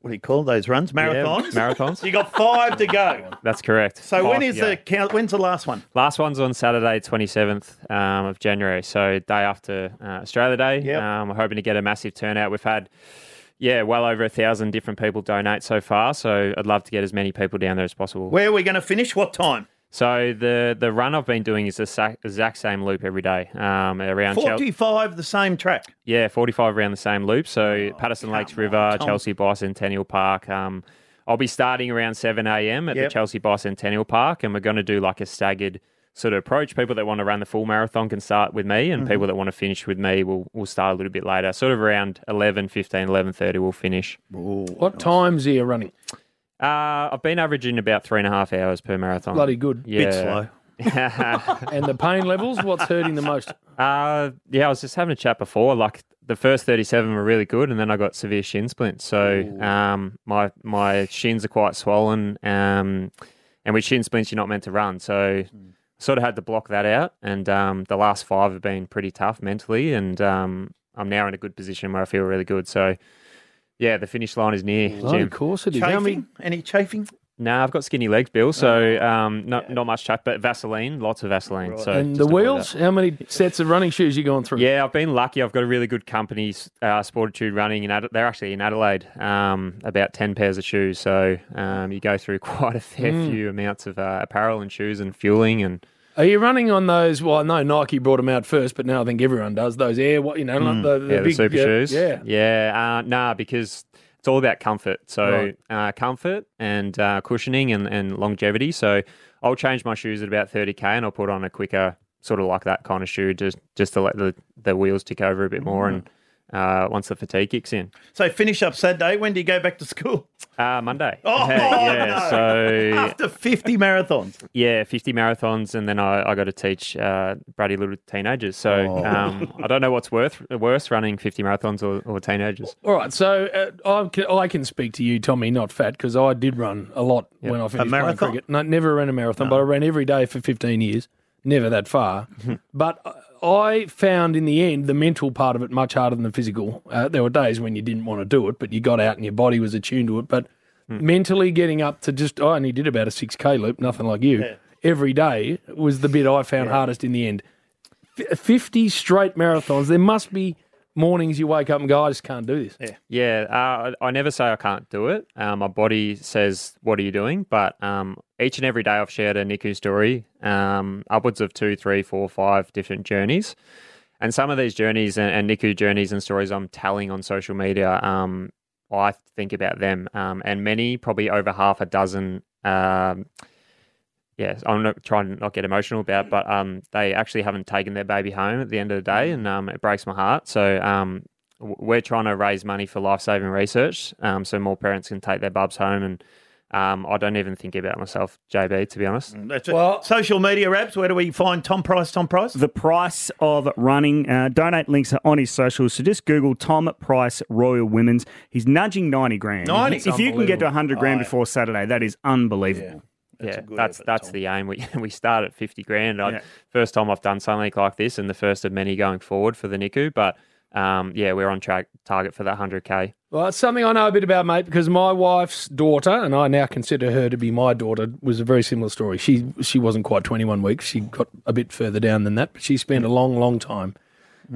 Speaker 9: what do you call those runs? Marathons. [LAUGHS]
Speaker 7: marathons.
Speaker 9: you got five to go.
Speaker 7: That's correct.
Speaker 9: So when
Speaker 7: Five-
Speaker 9: is
Speaker 7: yeah.
Speaker 9: the count? When's the last one?
Speaker 7: Last one's on Saturday, 27th um, of January, so day after uh, Australia Day. Um, we're hoping to get a massive turnout. We've had, yeah, well over a thousand different people donate so far, so I'd love to get as many people down there as possible.
Speaker 9: Where are we going to finish? What time?
Speaker 7: So the the run I've been doing is the sa- exact same loop every day um, around Chel-
Speaker 9: Forty-five. The same track.
Speaker 7: yeah, 45 around the same loop.
Speaker 6: Oh,
Speaker 7: So Patterson Lakes River,
Speaker 9: Tom.
Speaker 7: Chelsea Bicentennial Park. Um, I'll be starting around 7 a.m. at
Speaker 9: Yep.
Speaker 7: the Chelsea Bicentennial Park, and we're going to do like a staggered sort of approach. People that want to run the full marathon can start with me, and
Speaker 9: Mhm.
Speaker 6: Mm-hmm.
Speaker 7: people that want to finish with me will will start a little bit later, sort of around 11, 15, 11.30 we'll finish.
Speaker 6: What times are you running?
Speaker 7: Uh, I've been averaging about three and a half hours per marathon.
Speaker 6: Bloody good.
Speaker 7: Yeah.
Speaker 6: Bit slow.
Speaker 7: [LAUGHS] and
Speaker 6: the pain levels, what's hurting the most?
Speaker 7: Uh, yeah, I was just having a chat before. Like the first thirty-seven were really good, and then I got severe shin splints. So um, my my shins are quite swollen. Um, and with shin splints, you're not meant to run. So sort of had to block that out. And um, the last five have been pretty tough mentally, and um, I'm now in a good position where I feel really good. So yeah, the finish line is near.
Speaker 6: Bloody
Speaker 7: Jim.
Speaker 6: course it is. How
Speaker 9: Chafing?
Speaker 6: many-
Speaker 9: Any chafing?
Speaker 7: No, I've got skinny legs, Bill. So um, not not much chat, but Vaseline, lots of Vaseline. So
Speaker 6: and
Speaker 7: just
Speaker 6: the
Speaker 7: avoid
Speaker 6: wheels?
Speaker 7: that.
Speaker 6: How many sets of running shoes you going through?
Speaker 7: Yeah, I've been lucky. I've got a really good company, s- uh, Sportitude Running, and Ad- they're actually in Adelaide. Um, about ten pairs of shoes, so um, you go through [LAUGHS] quite a fair
Speaker 6: Mm.
Speaker 7: few amounts of uh, apparel and shoes and fueling and
Speaker 6: Are you running on those? Well, I know Nike brought them out first, but now I think everyone does. Those air, what you know, like the, the
Speaker 7: Mm. yeah,
Speaker 6: big
Speaker 7: the super
Speaker 6: uh,
Speaker 7: shoes.
Speaker 6: Yeah.
Speaker 7: yeah. Uh, nah, because it's all about comfort. So
Speaker 6: Right.
Speaker 7: uh, comfort and uh, cushioning and, and longevity. So I'll change my shoes at about 30k, and I'll put on a quicker sort of like that kind of shoe just just to let the, the wheels tick over a bit
Speaker 6: Mm.
Speaker 7: more and. Uh, once the fatigue kicks in,
Speaker 9: So finish up Saturday. When do you go back to school? [LAUGHS]
Speaker 7: uh, Monday.
Speaker 9: Oh,
Speaker 7: yeah.
Speaker 9: [LAUGHS] no.
Speaker 7: So
Speaker 9: After fifty marathons.
Speaker 7: yeah, 50 marathons, and then I, I got to teach uh, bratty little teenagers. So
Speaker 9: Oh.
Speaker 7: um, I don't know what's worth worse running 50 marathons or, or teenagers.
Speaker 6: All right, so uh, I, can, I can speak to you, Tommy, not fat, because I did run a lot
Speaker 7: Yep.
Speaker 6: when I
Speaker 7: A
Speaker 6: finished playing
Speaker 7: marathon?
Speaker 6: cricket. No, never ran a marathon, but I ran every day for 15 years, never that
Speaker 7: [LAUGHS]
Speaker 6: far. but I- I found in the end the mental part of it much harder than the physical. Uh, there were days when you didn't want to do it, but you got out and your body was attuned to it. But
Speaker 7: Hmm.
Speaker 6: mentally getting up to just, I only did about a 6K loop, nothing like you, every day was the bit I found hardest in the end. F- 50 straight marathons, there must be mornings you wake up and go, I just can't do this. Yeah.
Speaker 7: Yeah, uh, I I never say I can't do it. Um, my body says, "What are you doing?" But um, each and every day, I've shared a NICU story, um, upwards of two, three, four, five different journeys, and some of these journeys and, and NICU journeys and stories I'm telling on social media. Um, I think about them, um, and many, probably over half a dozen. Um, yes, I'm not trying to not get emotional about, but um, they actually haven't taken their baby home at the end of the day, and um, it breaks my heart. So um, w- we're trying to raise money for life saving research, um, so more parents can take their bubs home, and um, I don't even think about myself, JB, to be honest.
Speaker 9: That's it. Social media apps. Where do we find Tom Price? Tom Price.
Speaker 11: The price of running. Uh, donate links are on his socials. So just Google Tom Price Royal Women's. He's nudging 90 grand.
Speaker 7: 90?
Speaker 11: If you can get to
Speaker 7: Unbelievable.
Speaker 11: 100 grand before Saturday, that is unbelievable.
Speaker 7: yeah, that's that's the aim. We [LAUGHS] we start at fifty grand. I, First time I've done something like this, and the first of many going forward for the NICU. But um, yeah, we're on track target for that hundred k.
Speaker 6: Well, it's something I know a bit about, mate, because my wife's daughter, and I now consider her to be my daughter, was a very similar story. She she wasn't quite 21 weeks. She got a bit further down than that, but she spent a long, long time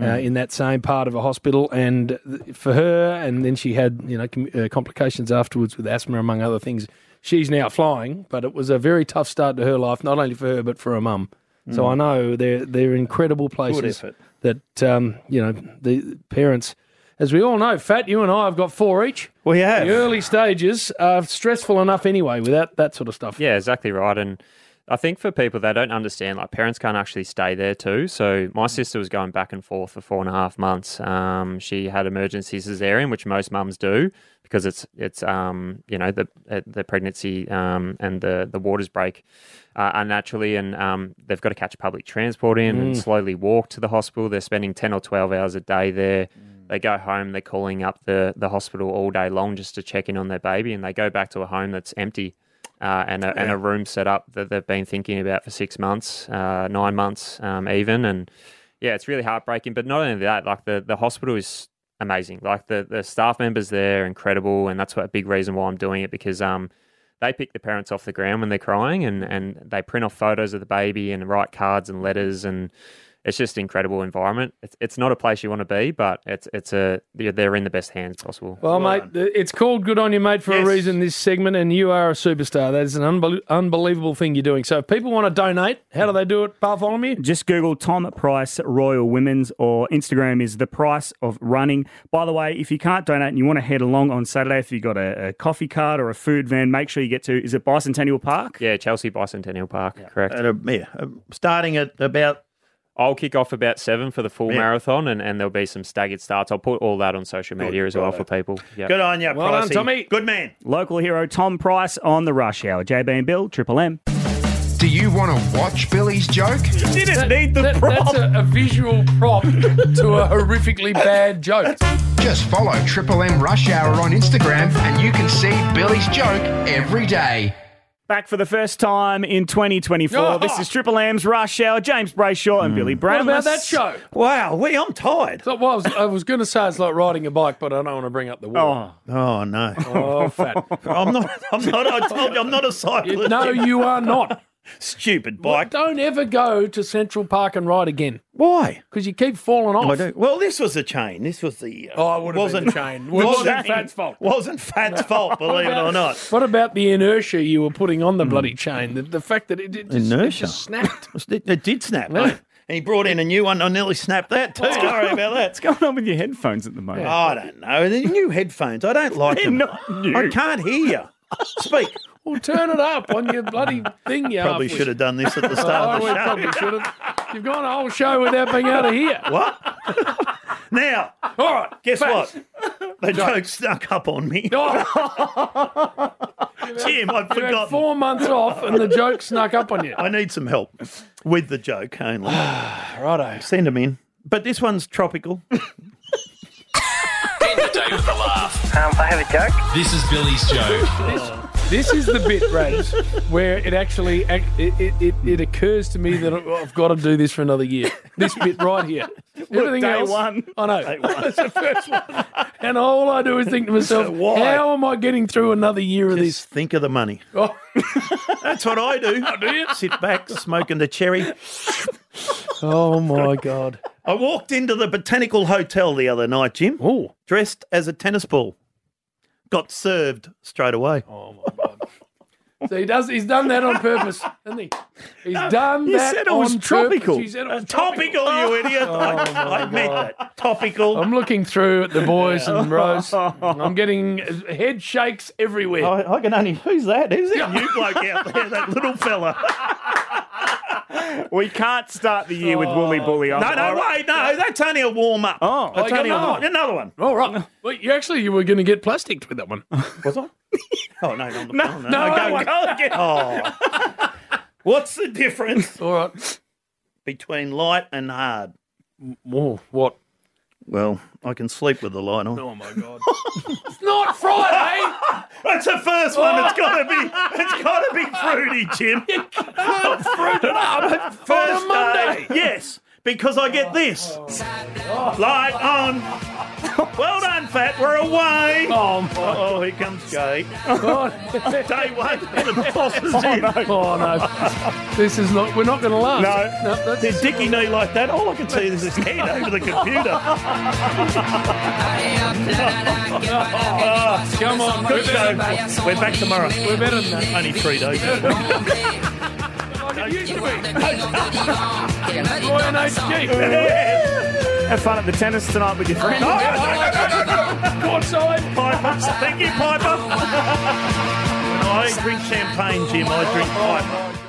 Speaker 6: uh,
Speaker 12: Mm.
Speaker 6: in that same part of a hospital. And th- for her, and then she had you know com- uh, complications afterwards with asthma, among other things. She's now flying, but it was a very tough start to her life, not only for her but for her mum. So
Speaker 12: Mm.
Speaker 6: I know they're they're incredible places
Speaker 12: effort.
Speaker 6: that um, you know the parents, as we all know, Fat, you and I have got four each.
Speaker 9: We have.
Speaker 6: The early stages are stressful enough anyway without that sort of stuff.
Speaker 7: Yeah, exactly right. And I think for people they don't understand, like parents can't actually stay there too. So
Speaker 6: Mm.
Speaker 7: my sister was going back and forth for four and a half months. Um, she had emergency cesarean, which most mums do because it's it's um, you know the uh, the pregnancy um, and the the waters break uh, unnaturally, and um, they've got to catch public transport in and
Speaker 6: Mm.
Speaker 7: slowly walk to the hospital. They're spending ten or twelve hours a day there.
Speaker 6: Mm.
Speaker 7: They go home, they're calling up the, the hospital all day long just to check in on their baby, and they go back to a home that's empty uh, and, a, and
Speaker 9: Yeah.
Speaker 7: a room set up that they've been thinking about for six months, uh, nine months, um, even. And yeah, it's really heartbreaking. But not only that, like the, the hospital is amazing. Like the, the staff members there are incredible. And that's what a big reason why I'm doing it because um, they pick the parents off the ground when they're crying and, and they print off photos of the baby and write cards and letters. And it's just an incredible environment. It's, it's not a place you want to be, but it's, it's a, they're- they're in the best hands possible.
Speaker 6: Well, mate, th- it's called Good On You, mate, for a reason, this segment, and you are a superstar. That is an unbel- unbelievable thing you're doing. So if people want to donate, how do they do it, Bartholomew?
Speaker 11: Just Google Tom Price Royal Women's or Instagram is the price of running. By the way, if you can't donate and you want to head along on Saturday, if you've got a, a coffee cart or a food van, make sure you get to, is it Bicentennial Park?
Speaker 7: Yeah, Chelsea Bicentennial Park, correct.
Speaker 9: At a, yeah, um, starting at about.
Speaker 7: I'll kick off about seven for the full
Speaker 9: Yeah.
Speaker 7: marathon, and, and there'll be some staggered starts. I'll put all that on social media as well for people. Yeah.
Speaker 9: Good on you,
Speaker 7: Well done,
Speaker 9: Pricey.
Speaker 7: Tommy.
Speaker 9: Good man.
Speaker 11: Local hero Tom Price on the rush hour. JB and Bill, Triple M.
Speaker 5: Do you want to watch Billy's joke?
Speaker 9: didn't need the
Speaker 6: prop. That's a, a visual prop to a horrifically bad joke.
Speaker 5: Just follow Triple M Rush Hour on Instagram and you can see Billy's joke every day.
Speaker 11: Back for the first time in 2024.
Speaker 9: Oh.
Speaker 11: This is Triple M's Rush Hour. James Brayshaw and Billy
Speaker 6: What
Speaker 11: Brown.
Speaker 6: about that show?
Speaker 9: Wow, we, I'm tired.
Speaker 6: So, well, I was, I was going to say it's like riding a bike, but I don't want to bring up the war.
Speaker 9: Oh no!
Speaker 6: Oh, fat.
Speaker 9: I'm not. I'm not. I told you, I'm not a cyclist.
Speaker 6: No, you are not.
Speaker 9: Stupid
Speaker 6: Well,
Speaker 9: bike.
Speaker 6: don't ever go to Central Park and ride again.
Speaker 9: Why?
Speaker 6: Because you keep falling off.
Speaker 9: Oh, I do. Well, this was a chain. This was the. Uh,
Speaker 6: Oh, I would have been
Speaker 9: wasn't
Speaker 6: the chain. Wouldn't have been
Speaker 9: wasn't
Speaker 6: Fat's fault.
Speaker 9: Wasn't Fat's fault, believe it or not. Hmm.
Speaker 6: What about the inertia you were putting on the bloody chain? The, the fact that it, it just, it
Speaker 9: Inertia.
Speaker 6: just snapped.
Speaker 9: It, it did snap. mate. And he brought in a new one. I nearly snapped that too. Don't worry about that.
Speaker 11: What's going on with your headphones at the moment?
Speaker 9: I don't know. The new headphones. I don't like
Speaker 11: They're
Speaker 9: them.
Speaker 11: not new.
Speaker 9: I can't hear you. Speak.
Speaker 6: Well, turn it up on your bloody thing,
Speaker 9: [LAUGHS]
Speaker 6: you
Speaker 9: Probably
Speaker 6: halfwit.
Speaker 9: should have done this at the
Speaker 6: Oh,
Speaker 9: start of
Speaker 6: we
Speaker 9: the show.
Speaker 6: probably should have. You've gone a whole show without being able to hear.
Speaker 9: What? Now,
Speaker 6: All right.
Speaker 9: guess
Speaker 6: facts.
Speaker 9: what? The joke snuck up on me. [LAUGHS] Jim, I've
Speaker 6: You had
Speaker 9: forgotten.
Speaker 6: four months off and the joke snuck up on you.
Speaker 9: I need some help with the joke only.
Speaker 6: Righto.
Speaker 9: Send them in. But this one's tropical.
Speaker 8: End the day with a laugh. Um, I have a joke. This is Billy's joke.
Speaker 6: This is the bit, Raj, where it actually ac- it, it, it, it occurs to me that I've got to do this for another year. This bit right here. Everything
Speaker 11: day
Speaker 6: else,
Speaker 11: one.
Speaker 6: I know. [LAUGHS]
Speaker 11: Day one.
Speaker 6: That's the first one. And all I do is think to myself,
Speaker 9: So why?
Speaker 6: how am I getting through another year of this? [LAUGHS]
Speaker 9: Just think of the money.
Speaker 6: Oh.
Speaker 9: That's what I do. do you? Sit back, smoking the cherry.
Speaker 6: oh my god!
Speaker 9: I walked into the botanical hotel the other night, Jim.
Speaker 6: Oh,
Speaker 9: dressed as a tennis ball. Got served straight away.
Speaker 6: So he does. He's done that on purpose,
Speaker 9: [LAUGHS]
Speaker 6: hasn't he? He's done
Speaker 9: you
Speaker 6: that
Speaker 9: said it
Speaker 6: on
Speaker 9: was tropical.
Speaker 6: Purpose. He said it was
Speaker 9: Topical, you idiot! I, I meant that. Topical.
Speaker 6: I'm looking through at the boys
Speaker 9: [LAUGHS]
Speaker 6: and Rose. I'm getting head shakes everywhere.
Speaker 9: I, I can only. Who's that? Who's that new bloke out there? That little fella.
Speaker 11: We can't start the year with Wooly Bully.
Speaker 9: Oh. No, no, wait, no. That's only a warm up.
Speaker 11: Oh.
Speaker 9: that's
Speaker 6: Oh, you
Speaker 9: only a
Speaker 6: got
Speaker 9: warm- another one.
Speaker 6: All right. Well, you actually you were going to get plasticked with that one.
Speaker 9: Was I? Oh no, no, no, no. no,
Speaker 6: no,
Speaker 9: go,
Speaker 6: no.
Speaker 9: go again. Oh. [LAUGHS] What's the difference
Speaker 6: All right.
Speaker 9: between light and hard?
Speaker 6: Whoa, what?
Speaker 9: Well, I can sleep with the light on.
Speaker 6: Oh my god! it's not eh? Friday.
Speaker 9: That's the first one.
Speaker 11: Oh.
Speaker 9: It's gotta be. It's gotta be fruity, Jim.
Speaker 6: I've fruited up for
Speaker 9: First
Speaker 6: a Monday.
Speaker 9: day, yes, because I get this light on, um, well done, Fat. We're away. Oh, oh here comes Jay. Day one, [LAUGHS] the boss is
Speaker 6: Oh,
Speaker 9: in.
Speaker 6: no. [LAUGHS] Oh,
Speaker 9: no. This is not, we're not going to
Speaker 6: last.
Speaker 9: No. no There's Dickie knee like that. All I can see is his hand over the computer. Ah,
Speaker 6: Come on,
Speaker 9: good
Speaker 6: we're better
Speaker 9: show.
Speaker 6: than that.
Speaker 9: We're back tomorrow.
Speaker 6: We're better than that.
Speaker 9: Only three days.
Speaker 6: Roy and
Speaker 11: Have fun at the tennis tonight with your friends.
Speaker 9: Courtside, Oh, Piper. Thank you, Piper. when I drink champagne, Jim, I drink Piper.